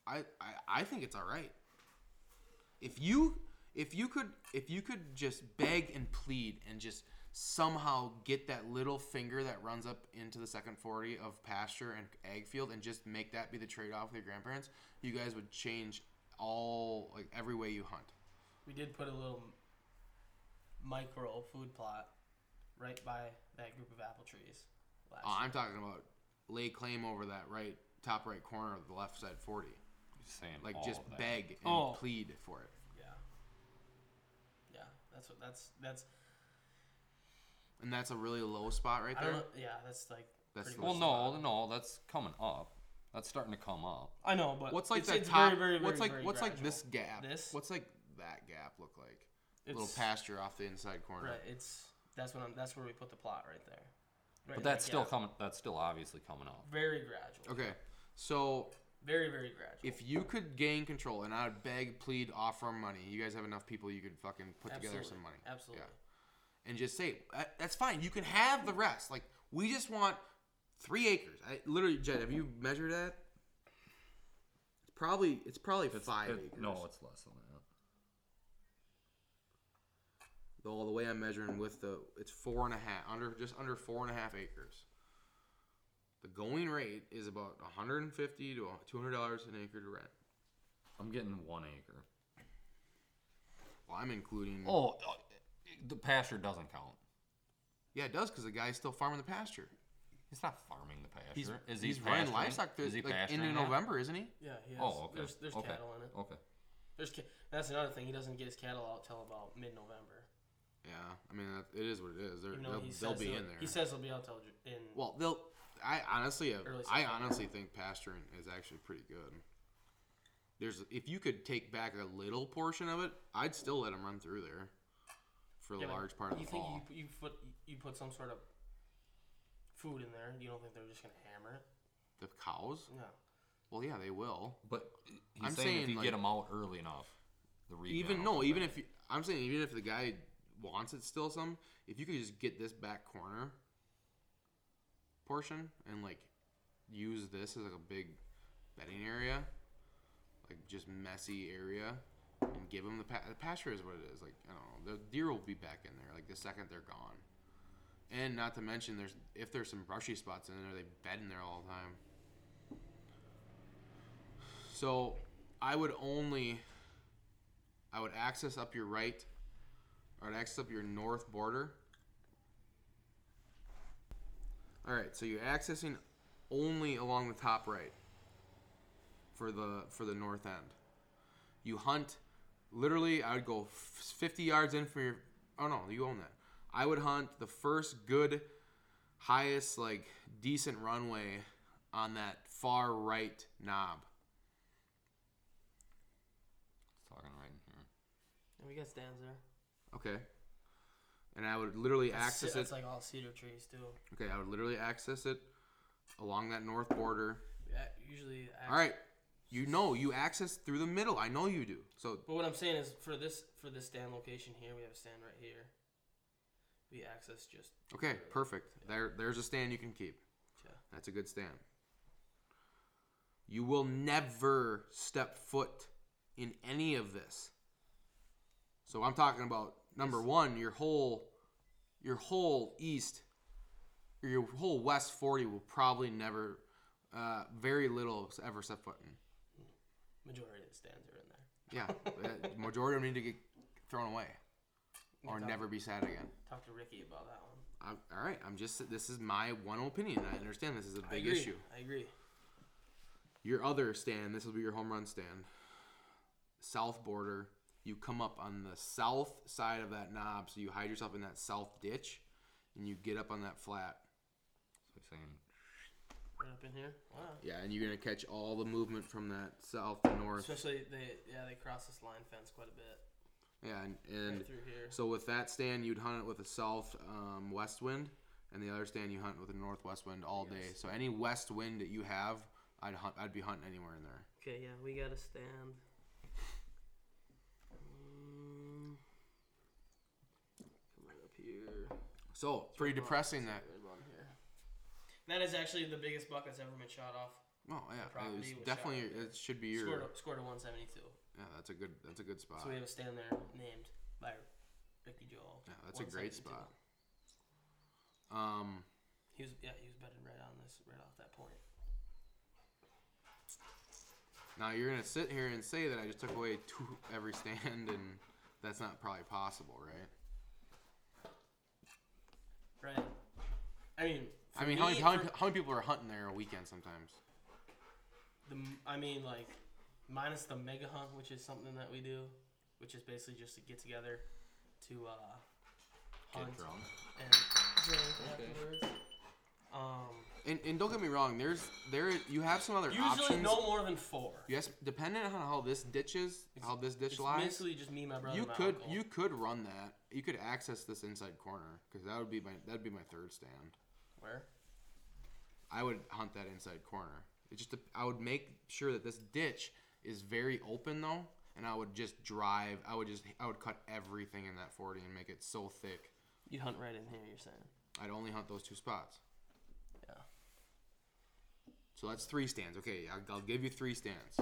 F: I, I I think it's all right. If you if you could if you could just beg and plead and just somehow get that little finger that runs up into the second 40 of pasture and egg field and just make that be the trade-off with your grandparents you guys would change all like every way you hunt
G: we did put a little micro food plot right by that group of apple trees. Last
F: Oh, I'm talking about lay claim over that right top right corner of the left side 40.
E: Saying
F: Like
E: all
F: just
E: of that.
F: beg and
G: Oh.
F: plead for it.
G: year. yeah, yeah. That's what that's that's.
F: And that's a really low spot right
G: I
F: there.
G: don't know. Yeah, that's like.
F: That's
G: pretty
F: the-
E: Well,
G: much-
E: no, no, that's coming up. That's starting to come up.
G: I know, but
F: What's like
G: it's,
F: that
G: it's
F: top
G: Very, very, very,
F: What's like
G: very
F: what's like
G: gradual.
F: this gap?
G: This?
F: What's like that gap look like? little
G: It's-
F: pasture off the inside corner.
G: Right, it's that's what I'm. That's where we put the plot right there. Right
E: But
G: in that
E: that's still
G: gap.
E: coming. That's still obviously coming up.
G: Very gradual.
F: Okay. So
G: Very very gradual.
F: if you could gain control and I would beg, plead, offer money. You guys have enough people you could fucking put together some money.
G: Absolutely.
F: Yeah. and just say "That- that's fine. You can have the rest. Like we just want three acres. I literally, Jed, have you measured that? It's probably it's probably five
E: It-
F: acres.
E: no, it's less than that.
F: Though the way I'm measuring with the it's four and a half under just under four and a half acres. The going rate is about 150 to 200 dollars an acre to rent.
E: I'm getting one acre.
F: Well, I'm including.
E: Oh, uh, the pasture doesn't count.
F: Yeah, it does because the guy's still farming the pasture.
E: He's not farming the pasture.
F: He's
E: is he
F: he's running
E: pasturing-
F: livestock through
E: Is he
F: like,
E: pasturing
F: into
E: that?
F: November, isn't he?
G: Yeah. He has,
E: Oh, okay.
G: There's there's
E: okay.
G: cattle in it.
E: Okay.
G: There's ca- that's another thing. He doesn't get his cattle out till about mid November.
F: Yeah, I mean that, it is what it is. They're,
G: Even though
F: they'll,
G: he
F: they'll
G: says
F: be
G: he'll-
F: in there.
G: He says he'll be out till Ju- in.
F: Well, they'll. I honestly, have,
G: Early
F: I
G: September.
F: honestly think pasturing is actually pretty good. There's if you could take back a little portion of it, I'd still let them run through there for a
G: Yeah, but
F: large part of
G: you
F: the
G: think
F: fall.
G: You, you put you put some sort of food in there. You don't think they're just gonna hammer it?
F: The cows?
G: No.
F: Well, yeah, they will.
E: But he's
F: I'm
E: saying,
F: saying,
E: if you
F: like-
E: get him out early enough, the regen
F: even
E: will
F: no,
E: come
F: even
E: back.
F: if you, I'm saying even if the guy wants it still some, if you could just get this back corner portion and like use this as like a big bedding area, like just messy area, and give him the, pa- the pasture is what it is. Like I don't know, the deer will be back in there like the second they're gone, and not to mention there's if there's some brushy spots in there, they bed in there all the time. So I would only I would access up your right or I'd access up your north border. Alright, so you're accessing only along the top right for the for the north end. You hunt literally I would go f- 50 yards in from your oh no, you own that. I would hunt the first good highest like decent runway on that far right knob.
E: Talking right in here.
G: we got stands there.
F: Okay. And I would literally access it.
G: It's like all cedar trees too.
F: okay, I would literally access it along that north border.
G: Yeah, usually.
F: All right. You know, you access through the middle. I know you do. So
G: But what I'm saying is, for this for this stand location here, we have a stand right here. We access just
F: okay, perfect. There there's a stand you can keep.
G: Yeah.
F: That's a good stand. You will never step foot in any of this. So I'm talking about number 1, your whole your whole east your whole west 40 will probably never uh, very little ever step foot in.
G: majority of the stands are in there.
F: Yeah, uh, majority of them need to get thrown away or
G: Yeah.
F: never be sad again.
G: Talk to Ricky about that one.
F: I'm, all right, I'm just this is my one opinion. I understand this is a
G: I
F: big
G: agree.
F: issue.
G: I agree.
F: Your other stand, this will be your home run stand. South border, you come up on the south side of that knob, so you hide yourself in that south ditch, and you get up on that flat.
E: So he's saying
G: Right up in here. Wow.
F: Yeah, and you're gonna catch all the movement from that south to north.
G: Especially they yeah they cross this line fence quite a bit
F: yeah, and, and
G: right through here.
F: So with that stand, you'd hunt it with a south um, west wind, and the other stand you hunt with a northwest wind all day. So any west wind that you have, I'd hunt. I'd be hunting anywhere in there.
G: Okay, yeah, we got a stand. Mm. Come right up here.
F: So pretty depressing that.
G: Right about here. That is actually the biggest buck that's ever been shot off.
F: Oh yeah,
G: property
F: it's
G: was
F: definitely it
G: shot.
F: should be your.
G: Scored a, scored a 172.
F: Yeah, that's a good. That's a good spot.
G: So we have a stand there named by Ricky Joel.
F: Yeah, that's a great
G: 172.
F: spot. Um,
G: He was yeah he was betting right on this right off that point.
F: now you're gonna sit here and say that I just took away two every stand, and that's not probably possible, right?
G: Right. I mean.
F: I
G: for
F: mean, how
G: me-
F: many, how,
G: for-
F: many, how many people are hunting there a weekend sometimes?
G: The, m- I mean, like, minus the mega hunt, which is something that we do, which is basically just to get together to uh, hunt
E: get drunk.
G: and drink afterwards. Um,
F: And, and don't get me wrong, there's there you have some other
G: usually
F: options.
G: no more than four.
F: Yes, depending on how this ditches, how this ditch
G: It's
F: lies,
G: basically just me, my brother,
F: you
G: and my
F: could
G: uncle.
F: you could run that. You could access this inside corner because that would be my that'd be my third stand.
G: where
F: I would hunt that inside corner. It just dep- I would make sure that this ditch is very open though, and I would just drive. I would just I would cut everything in that forty and make it so thick.
G: you hunt right in here. You're saying,
F: I'd only hunt those two spots.
G: yeah.
F: So that's three stands. Okay, I'll, I'll give you three stands.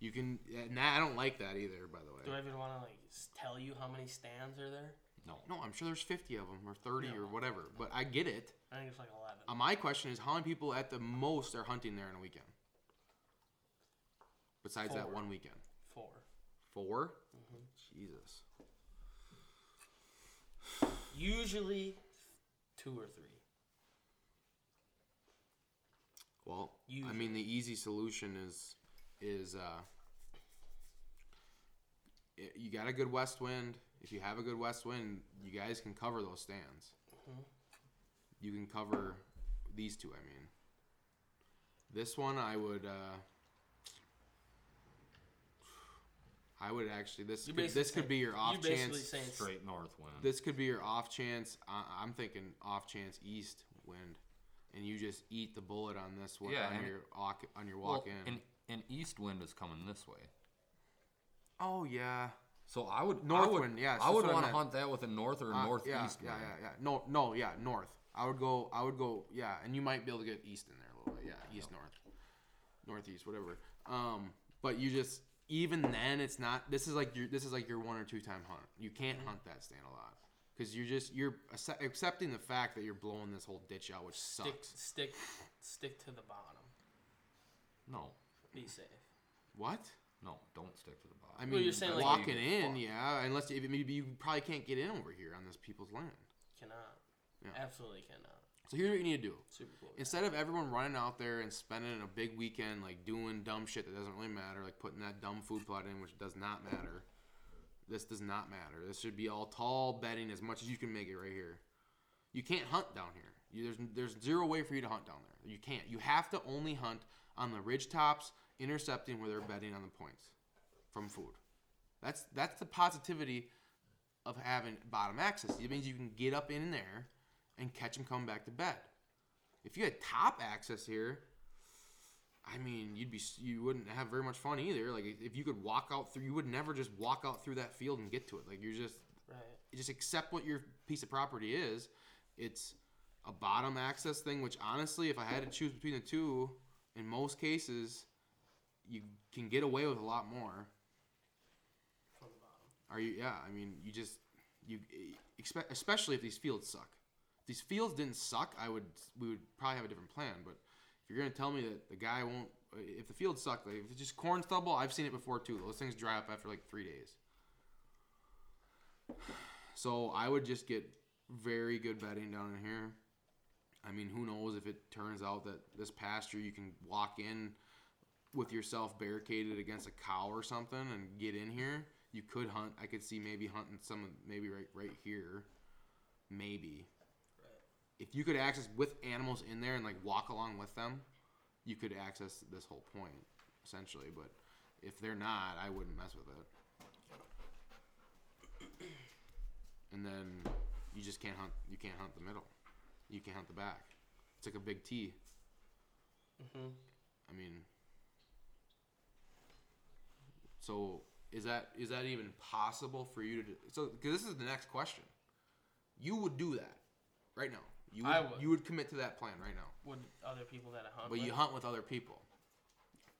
F: You can. And that, I don't like that either, by the way.
G: Do I even want to like s- tell you how many stands are there?
F: No, I'm sure there's 50 of them or 30
G: No.
F: or whatever, but I get it.
G: I think it's like eleven.
F: Uh, my question is how many people at the most are hunting there in a weekend? Besides that
G: Four.
F: one weekend?
G: four.
F: 4 Jesus.
G: Usually, two or three.
F: Well, I
G: Usually.
F: mean, the easy solution is is uh, i you got a good west wind. If you have a good west wind, you guys can cover those stands.
G: Mm-hmm.
F: You can cover these two. I mean, this one I would. Uh, I would actually this
G: You're
F: could,
G: basically
F: this could be
G: saying-
F: your off
G: you're basically
F: chance.
G: saying s-
E: Straight north wind.
F: This could be your off chance. I, I'm thinking off chance east wind, and you just eat the bullet on this one
E: Yeah,
F: on
E: and-
F: your walk on your
E: Well,
F: walk in.
E: An, an east wind is coming this way.
F: oh yeah,
E: So I would
F: North
E: I would,
F: wind, yes,
E: I
F: that's
E: would
F: what I
E: want to
F: meant.
E: hunt that with a north or a
F: Uh, yeah,
E: northeast
F: yeah,
E: wind.
F: yeah, yeah. No, no, yeah, north. I would go. I would go. Yeah, and you might be able to get east in there a little bit. Yeah, east north, northeast, whatever. Um, but you just even then it's not. This is like your this is like your one or two time hunt. You can't
E: Mm-hmm.
F: hunt that stand a lot because you're just you're acce- accepting the fact that you're blowing this whole ditch out, which
G: Stick,
F: sucks.
G: stick, stick to the bottom.
E: No,
G: Be safe.
F: What?
E: No, don't stick to the box.
F: I mean,
G: Well, you're saying, like-
F: walking in,
E: Fuck.
F: yeah. Unless you- maybe you probably can't get in over here on this people's land.
G: Cannot.
F: Yeah.
G: Absolutely cannot.
F: So here's what you need to do.
G: Super cool.
F: Instead of everyone running out there and spending a big weekend like doing dumb shit that doesn't really matter, like putting that dumb food plot in, which does not matter. This does not matter. This should be all tall bedding as much as you can make it right here. You can't hunt down here. You, there's there's zero way for you to hunt down there. You can't. You have to only hunt on the ridge tops, intercepting where they're bedding on the points from food. That's that's the positivity of having bottom access. It means you can get up in there and catch them coming back to bed. If you had top access here, I mean, you'd be you wouldn't have very much fun either. Like if you could walk out through, you would never just walk out through that field and get to it. Like you're just
G: Right.
F: you just accept what your piece of property is. It's a bottom access thing, which honestly, if I had to choose between the two, in most cases, you can get away with a lot more. Are you? Yeah, I mean, you just you expect, especially if these fields suck. If these fields didn't suck, I would we would probably have a different plan. But if you're gonna tell me that the guy won't, if the fields suck, like if it's just corn stubble, I've seen it before too. Those things dry up after like three days. So I would just get very good bedding down in here. I mean, who knows if it turns out that this pasture you can walk in with yourself barricaded against a cow or something and get in here. You could hunt. I could see maybe hunting some of maybe right right here, maybe. If you could access with animals in there and like walk along with them, you could access this whole point essentially. But if they're not, I wouldn't mess with it. and then you just can't hunt. You can't hunt the middle. You can't hunt the back. It's like a big T.
G: Mm-hmm.
F: I mean, so is that is that even possible for you to? Do? So because this is the next question, you would do that right now. You would,
G: I would.
F: You would commit to that plan right now,
G: Would other people that I hunt?
F: but you
G: with-
F: hunt with other people.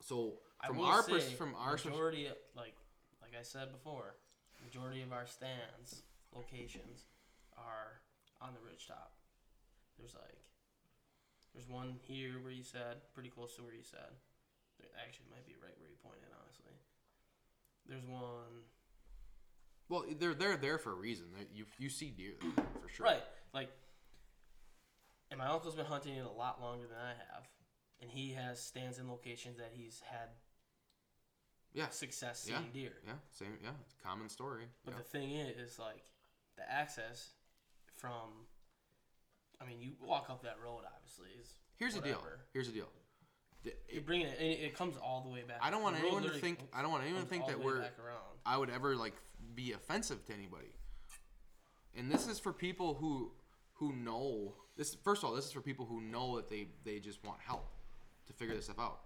F: So
G: I
F: from
G: will
F: our
G: say,
F: pers- from our pers-
G: majority, of, like like I said before, majority of our stands locations are on the ridge top. There's like there's one here where you said pretty close to where you said. It actually might be right where you pointed honestly. There's one
F: well, they're they're there for a reason. They- You you see deer there for sure.
G: Right. Like, and my uncle's been hunting it a lot longer than I have, and he has stands in locations that he's had
F: Yeah.
G: success
F: Yeah.
G: seeing deer.
F: Yeah. Same. Yeah. It's a common story.
G: But
F: yeah.
G: the thing is, is like the access from. I mean, you walk up that road, obviously. Is
F: Here's the deal.
G: whatever.
F: Here's the deal. The-
G: You're bringing it, and it it comes all the way back.
F: I don't want
G: The road
F: anyone to
G: literally
F: think-
G: comes-
F: I don't want anyone to
G: comes
F: think
G: all
F: that
G: the way
F: we're-
G: back around.
F: I would ever like be offensive to anybody. And this is for people who who know this. First of all, this is for people who know that they they just want help to figure this stuff out.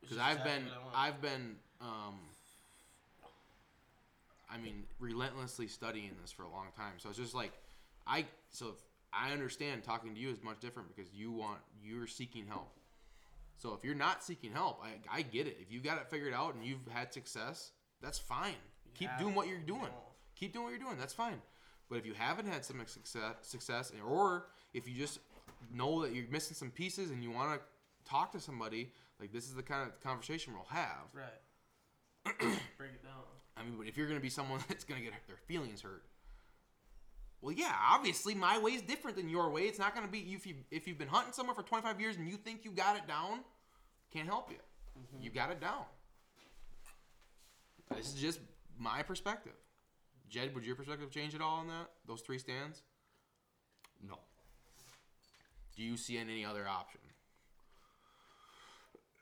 F: Because
G: is
F: I've
G: exactly
F: been
G: what I want.
F: I've been um, I mean relentlessly studying this for a long time. So it's just like I so if, I understand talking to you is much different because you want you're seeking help. So if you're not seeking help, I, I get it. If you got it figured out and you've had success, that's fine. Keep
G: have
F: doing
G: it.
F: what you're doing.
G: No.
F: Keep doing what you're doing. That's fine. But if you haven't had some success, success, or if you just know that you're missing some pieces and you want to talk to somebody, like this is the kind of conversation we'll have.
G: Right. Break it down.
F: I mean, but if you're gonna be someone that's gonna get their feelings hurt, well, yeah, obviously my way is different than your way. It's not gonna be if you if you've been hunting somewhere for 25 years and you think you got it down, can't help you. You got it down. This is just my perspective. Jed, would your perspective change at all on that? Those three stands?
E: no.
F: Do you see any other option?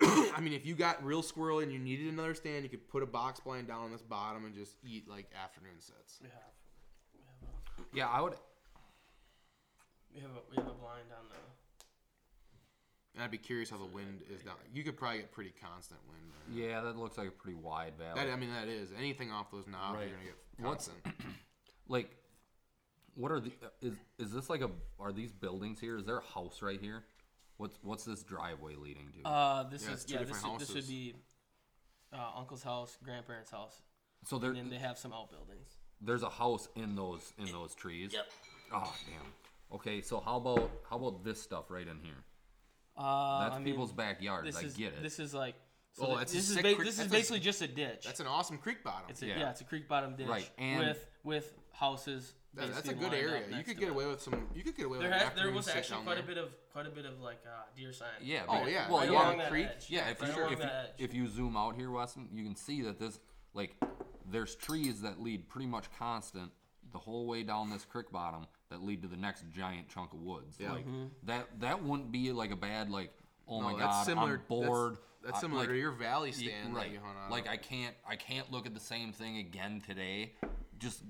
F: I mean, if you got real squirrel and you needed another stand, you could put a box blind down on this bottom and just eat like afternoon sets.
G: We have, we have a,
E: Yeah, I would.
G: we have a, we have a blind on the.
F: And I'd be curious how the wind is down. You could probably get pretty constant wind. there.
E: Yeah, that looks like a pretty wide valley.
F: That I mean, that is anything off those knobs,
E: Oh, Right.
F: you're gonna get
E: What's-
F: constant.
E: like, what are the? Is is this like a? Are these buildings here? Is there a house right here? What's what's this driveway leading to?
G: Uh, this
F: Yeah,
G: is
F: it's two
G: yeah. This,
F: different
G: is- this would
F: houses.
G: be uh, uncle's house, grandparents' house,
E: so there,
G: and then they have some outbuildings.
E: there's a house in those in those trees. Yep. Oh damn. Okay, so how about how about this stuff right in here?
G: Uh,
E: That's
G: I mean,
E: people's backyards.
G: This
E: I
G: is
E: get it.
G: this is like So
A: Oh,
G: th-
A: that's a
G: this is
A: sick
G: ba-
A: creek-
G: this is
A: that's a-
G: basically just a ditch.
F: That's an awesome creek bottom.
G: It's a, yeah.
E: Yeah.
G: it's a creek bottom ditch
E: Right, and-
G: with with houses.
F: That- that's a
G: basically
F: good
G: lined up
F: area. You
G: next
F: could
G: to
F: get
G: it.
F: away with some. You could get away
G: There,
F: with. an
G: has, there
F: afternoon
G: was
F: sit
G: actually
F: down
G: quite a
F: there.
G: bit of quite a bit of like uh, deer sign.
E: Yeah.
F: Oh,
E: but-
F: yeah.
E: Well,
G: right
E: yeah.
G: along that
F: creek.
G: edge.
E: Yeah, if
G: right
E: you
G: along
E: if,
G: that edge.
E: you, if you zoom out here, Weston, you can see that this like there's trees that lead pretty much constant the whole way down this creek bottom that lead to the next giant chunk of woods.
F: Yeah.
E: Like
G: Mm-hmm.
E: that that wouldn't be like a bad like oh my
F: No,
E: god,
F: that's similar.
E: I'm bored.
F: That's, that's
E: I-
F: similar
E: like,
F: to your valley
E: y-
F: stand
E: right.
F: that you hung on.
E: like I can't I can't look at the same thing again today. Just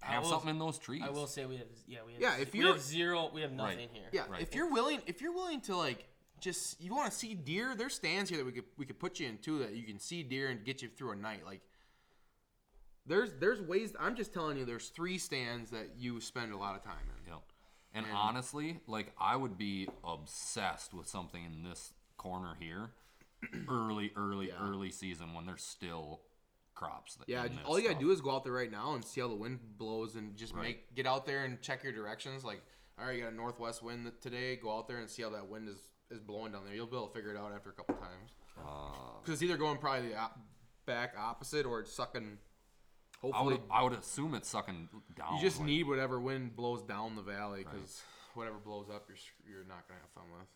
E: have
G: will-
E: something in those trees.
G: I will say we have yeah we have
F: Yeah,
G: ze-
F: if
G: we
F: you're-
G: have zero we have nothing here.
F: yeah.
E: right.
F: If you're willing, if you're willing to like, just you want to see deer. There's stands here that we could we could put you in too that you can see deer and get you through a night. Like, there's there's ways. I'm just telling you, there's three stands that you spend a lot of time in.
E: Yeah. And
F: Mm-hmm.
E: honestly, like I would be obsessed with something in this corner here, early, early, early season when there's still crops. That
F: Yeah, all you gotta do is go out there right now and see how the wind blows, and just
E: Right.
F: make get out there and check your directions. Like, all right, you got a northwest wind th- today. Go out there and see how that wind is is blowing down there. You'll be able to figure it out after a couple times.
E: Uh.
F: Because it's either going probably the op- back opposite or it's sucking.
E: I
F: Hopefully,
E: would, I would assume it's sucking down.
F: you just
E: like-
F: need whatever wind blows down the valley because whatever blows up, you're sc- you're not gonna have fun with.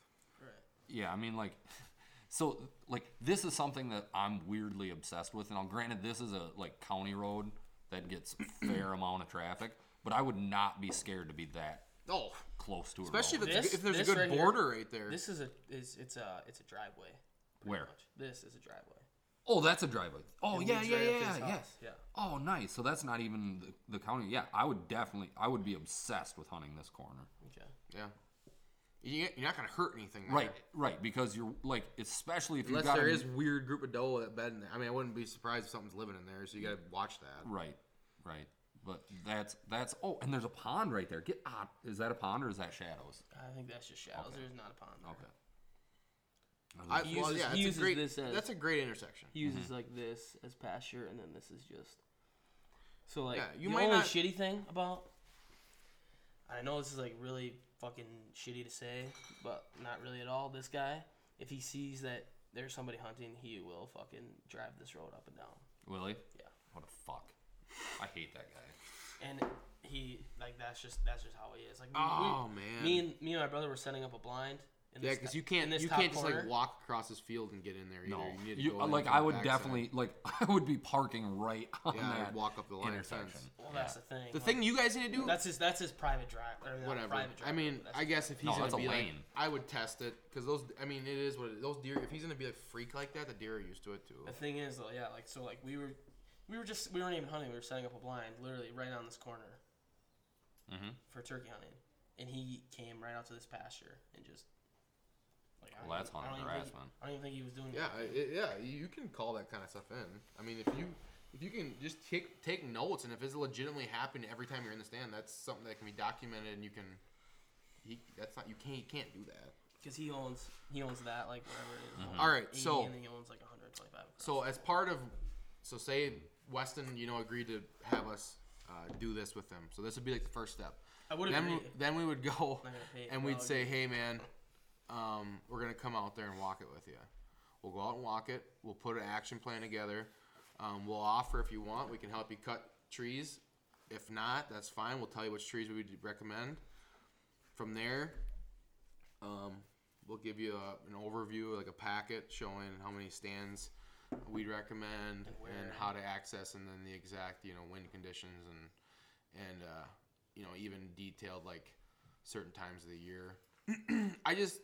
E: Yeah, I mean, like, so, like, this is something that I'm weirdly obsessed with. And I'll granted, this is a like county road that gets a fair amount of traffic, but I would not be scared to be that
F: Oh,
E: close to a
F: especially if,
E: road.
F: it's, a
G: This-
F: good- if there's a
G: this
F: good
G: right here-
F: border right there.
G: This is a is it's a it's a driveway. pretty
E: Where?
G: much. This is a driveway.
E: Oh, that's a driveway. Oh,
G: It
E: yeah,
G: leads
E: yeah,
G: right up to
E: yeah,
G: his
E: yeah.
G: house. Yeah.
E: Oh, nice. So that's not even the, the county. Yeah, I would definitely, I would be obsessed with hunting this corner.
G: Okay.
F: yeah, You- you're not gonna hurt anything. there.
E: Right, right. Because you're like, especially if you
F: Unless
E: got
F: there
E: a-
F: is weird group of doe that bed in there. I mean, I wouldn't be surprised if something's living in there, so you gotta watch that.
E: Right, right. But that's that's. Oh, and there's a pond right there. Get out. Is that a pond or is that shadows?
G: I think that's just shadows. There's not a pond. There.
E: Okay.
F: I,
G: He
F: well,
G: uses-
F: yeah,
G: he
F: it's
G: uses
F: a great,
G: this as-
F: that's a great intersection.
G: He uses like this as pasture, and then this is just. So like
F: Yeah, you
G: the
F: might
G: only
F: not-
G: shitty thing about. I know this is like really fucking shitty to say, but not really at all. This guy, if he sees that there's somebody hunting, he will fucking drive this road up and down.
E: Willie.
G: Yeah.
E: What a fuck. I hate that guy.
G: and he like that's just that's just how he is. Like we,
F: Oh,
G: we-
F: man.
G: me and me and my brother were setting up a blind. In
F: Yeah,
G: this
F: because
G: to-
F: you can't
G: in this
F: you
G: top
F: can't just like
G: corner.
F: walk across this field and get in there either. You need to
E: You,
F: go in
E: like
F: from
E: I
F: the
E: would
F: backside.
E: definitely like I would be parking right on
F: Yeah, I'd
E: that
F: walk up the line of
E: intersection.
F: fence.
G: Well, that's the thing.
F: The
G: like,
F: thing you guys need to do,
G: that's his that's his private drive. Or not
F: whatever.
G: Private drive
F: I mean,
G: that's
F: I
G: his
F: guess
G: private-
F: if he's
E: No,
F: gonna
E: that's a
F: be like,
E: lane.
F: I would test it because those. I mean, it is what it- those deer. If he's gonna be like freak like that, the deer are used to it too.
G: the thing is though, yeah, like so like we were we were just we weren't even hunting. We were setting up a blind literally right on this corner
E: Mm-hmm.
G: for turkey hunting, and he came right out to this pasture and just. Like, I don't
E: Well, that's
G: even- I
E: hunting
G: don't even think-
E: harassment.
G: I don't even think he was doing
F: Yeah, I- it, yeah, you can call that kind of stuff in. I mean, if you if you can just take take notes, and if it's legitimately happening every time you're in the stand, that's something that can be documented, and you can. He, that's not you can't you can't do that.
G: because he owns he owns that like whatever it
E: Mm-hmm.
G: is,
F: All right,
G: 80,
F: so
G: and then he owns like 125. across.
F: so as part of, so say Weston, you know, agreed to have us uh, do this with them. So this would be like the first step.
G: I would
F: then,
G: agree.
F: we- then we would go
G: gonna pay
F: and we'd
G: dog.
F: say, hey man, um, we're gonna come out there and walk it with you. We'll go out and walk it. We'll put an action plan together. Um, we'll offer if you want. We can help you cut trees. If not, that's fine. We'll tell you which trees we would recommend. From there, um, we'll give you a, an overview, like a packet showing how many stands we recommend and, how to access, and then the exact you know wind conditions and and uh, you know even detailed like certain times of the year. I just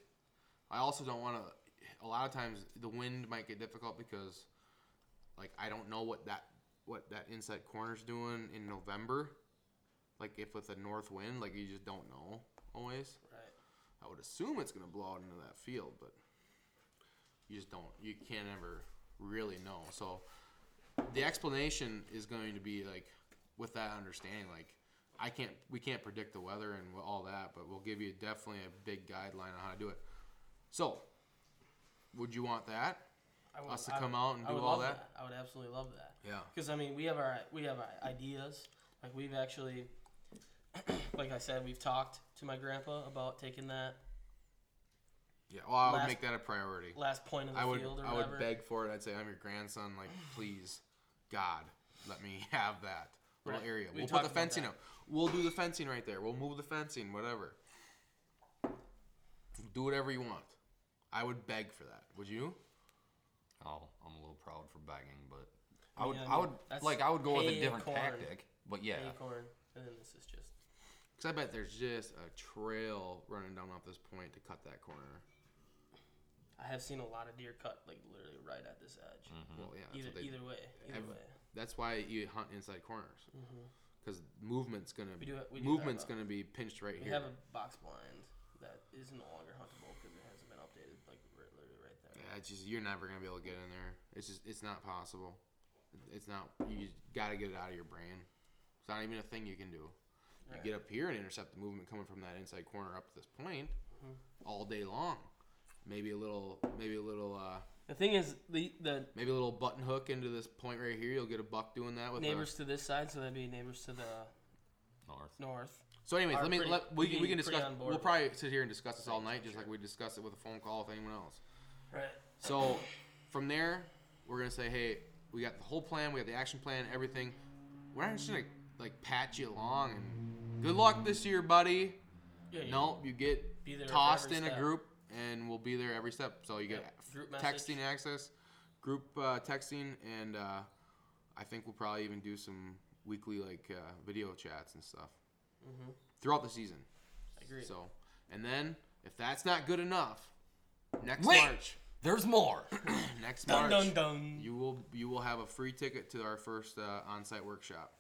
F: I also don't want to. A lot of times the wind might get difficult because like I don't know what that what that inside corner's doing in November. Like if with a north wind, like you just don't know always.
G: Right.
F: I would assume it's gonna blow out into that field, but you just don't. You can't ever really know. So the explanation is going to be like with that understanding, like I can't, we can't predict the weather and all that, but we'll give you definitely a big guideline on how to do it. So, would you want that?
G: I would,
F: us to
G: I
F: come
G: would-
F: out and
G: I
F: do
G: would
F: all
G: love
F: that?
G: I would absolutely love that.
F: Yeah.
G: Because I mean, we have our we have our ideas. Like we've actually, like I said, we've talked to my grandpa about taking that
F: Yeah, well, I would
G: Last-
F: make that a priority.
G: Last point of the
F: I would,
G: field or
F: I
G: whatever.
F: would beg for it. I'd say, I'm your grandson. Like, please, God, let me have that little
G: Right.
F: area.
G: We
F: We'll
G: talked
F: put the
G: about
F: fencing
G: that.
F: up. We'll do the fencing right there. We'll move the fencing, whatever. Do whatever you want. I would beg for that. Would you?
E: Oh, I'm a little proud for begging, but I would,
G: Yeah,
E: I would
G: that's
E: like, I would go with
G: hay
E: a
G: and
E: different
G: corn.
E: tactic. But yeah,
G: Acorn, and then this is just.
F: Because I bet there's just a trail running down off this point to cut that corner.
G: I have seen a lot of deer cut like literally right at this edge.
F: Well, yeah, Mm-hmm. that's
G: Mm-hmm. Either
F: what they
G: either way, either
F: Ev-
G: way.
F: That's why you hunt inside corners, because movement's gonna
G: Mm-hmm. We do ha- we do have
F: movement's
G: a-
F: gonna be pinched right
G: We
F: here.
G: have a box blind that is no longer huntable because it hasn't been updated like right, literally right there.
F: Yeah, it's just you're never gonna be able to get in there. It's just it's not possible. It's not you just gotta get it out of your brain. It's not even a thing you can do. You get up here and intercept the movement coming from that inside corner up to this point
G: Mm-hmm.
F: all day long. Maybe a little maybe a little uh
G: The thing is, the the
F: maybe a little button hook into this point right here. You'll get a buck doing that with uh, a-
G: neighbors to this side, so that'd be neighbors to the
E: north.
G: north.
F: So, anyways,
G: are
F: let me
G: pretty-
F: let, we,
G: pretty-
F: can we can
G: pretty
F: discuss.
G: on board
F: We'll
G: with
F: probably sit here and discuss this all night, just like we discussed it with a phone call with anyone else.
G: Right.
F: So, from there, we're gonna say, hey, we got the whole plan, we got the action plan, everything. We're not just gonna like pat you along and good luck this year, buddy.
G: Yeah, you-
F: No, you get
G: Be there for
F: tossed
G: every
F: in
G: step.
F: a group, and we'll be there every step. So you get
G: Yep. Group message.
F: texting access, group uh, texting, and uh, I think we'll probably even do some weekly like uh, video chats and stuff throughout the season.
G: Mm-hmm. I agree.
F: So, and then if that's not good enough, next
E: Wait!
F: March,
E: There's more.
F: next
G: dun
F: March,
G: dun dun.
F: you will you will have a free ticket to our first uh, on-site workshop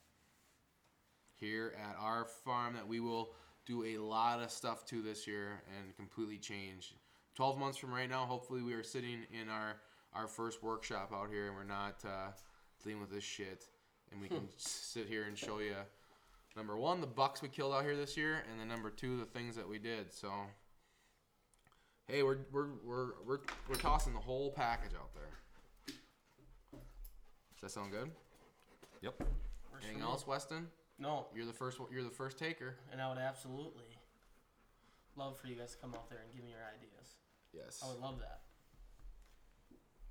F: here at our farm that we will do a lot of stuff to this year and completely change. Twelve months from right now, hopefully we are sitting in our our first workshop out here and we're not uh, dealing with this shit, and we can sit here and show you. Number one, the bucks we killed out here this year, and then number two, the things that we did. So, hey, we're we're we're we're, we're tossing the whole package out there. Does that sound good?
E: Yep.
G: Works
F: Anything
G: for me.
F: else, Weston?
G: No.
F: You're the first. one- You're the first taker.
G: And I would absolutely love for you guys to come out there and give me your ideas.
F: Yes.
G: I would love that.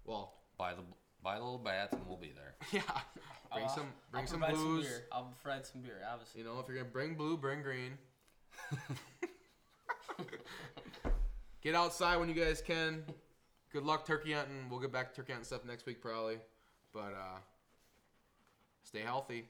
F: Well,
E: Buy the buy the little bats, and we'll be there.
F: yeah. Bring
G: Uh,
F: some. Bring
G: I'll
F: some
G: provide
F: blues.
G: beer. I'll provide some beer, obviously.
F: you know, if you're gonna bring blue, bring green. get outside when you guys can. Good luck turkey hunting. We'll get back to turkey hunting stuff next week probably, but uh, stay healthy.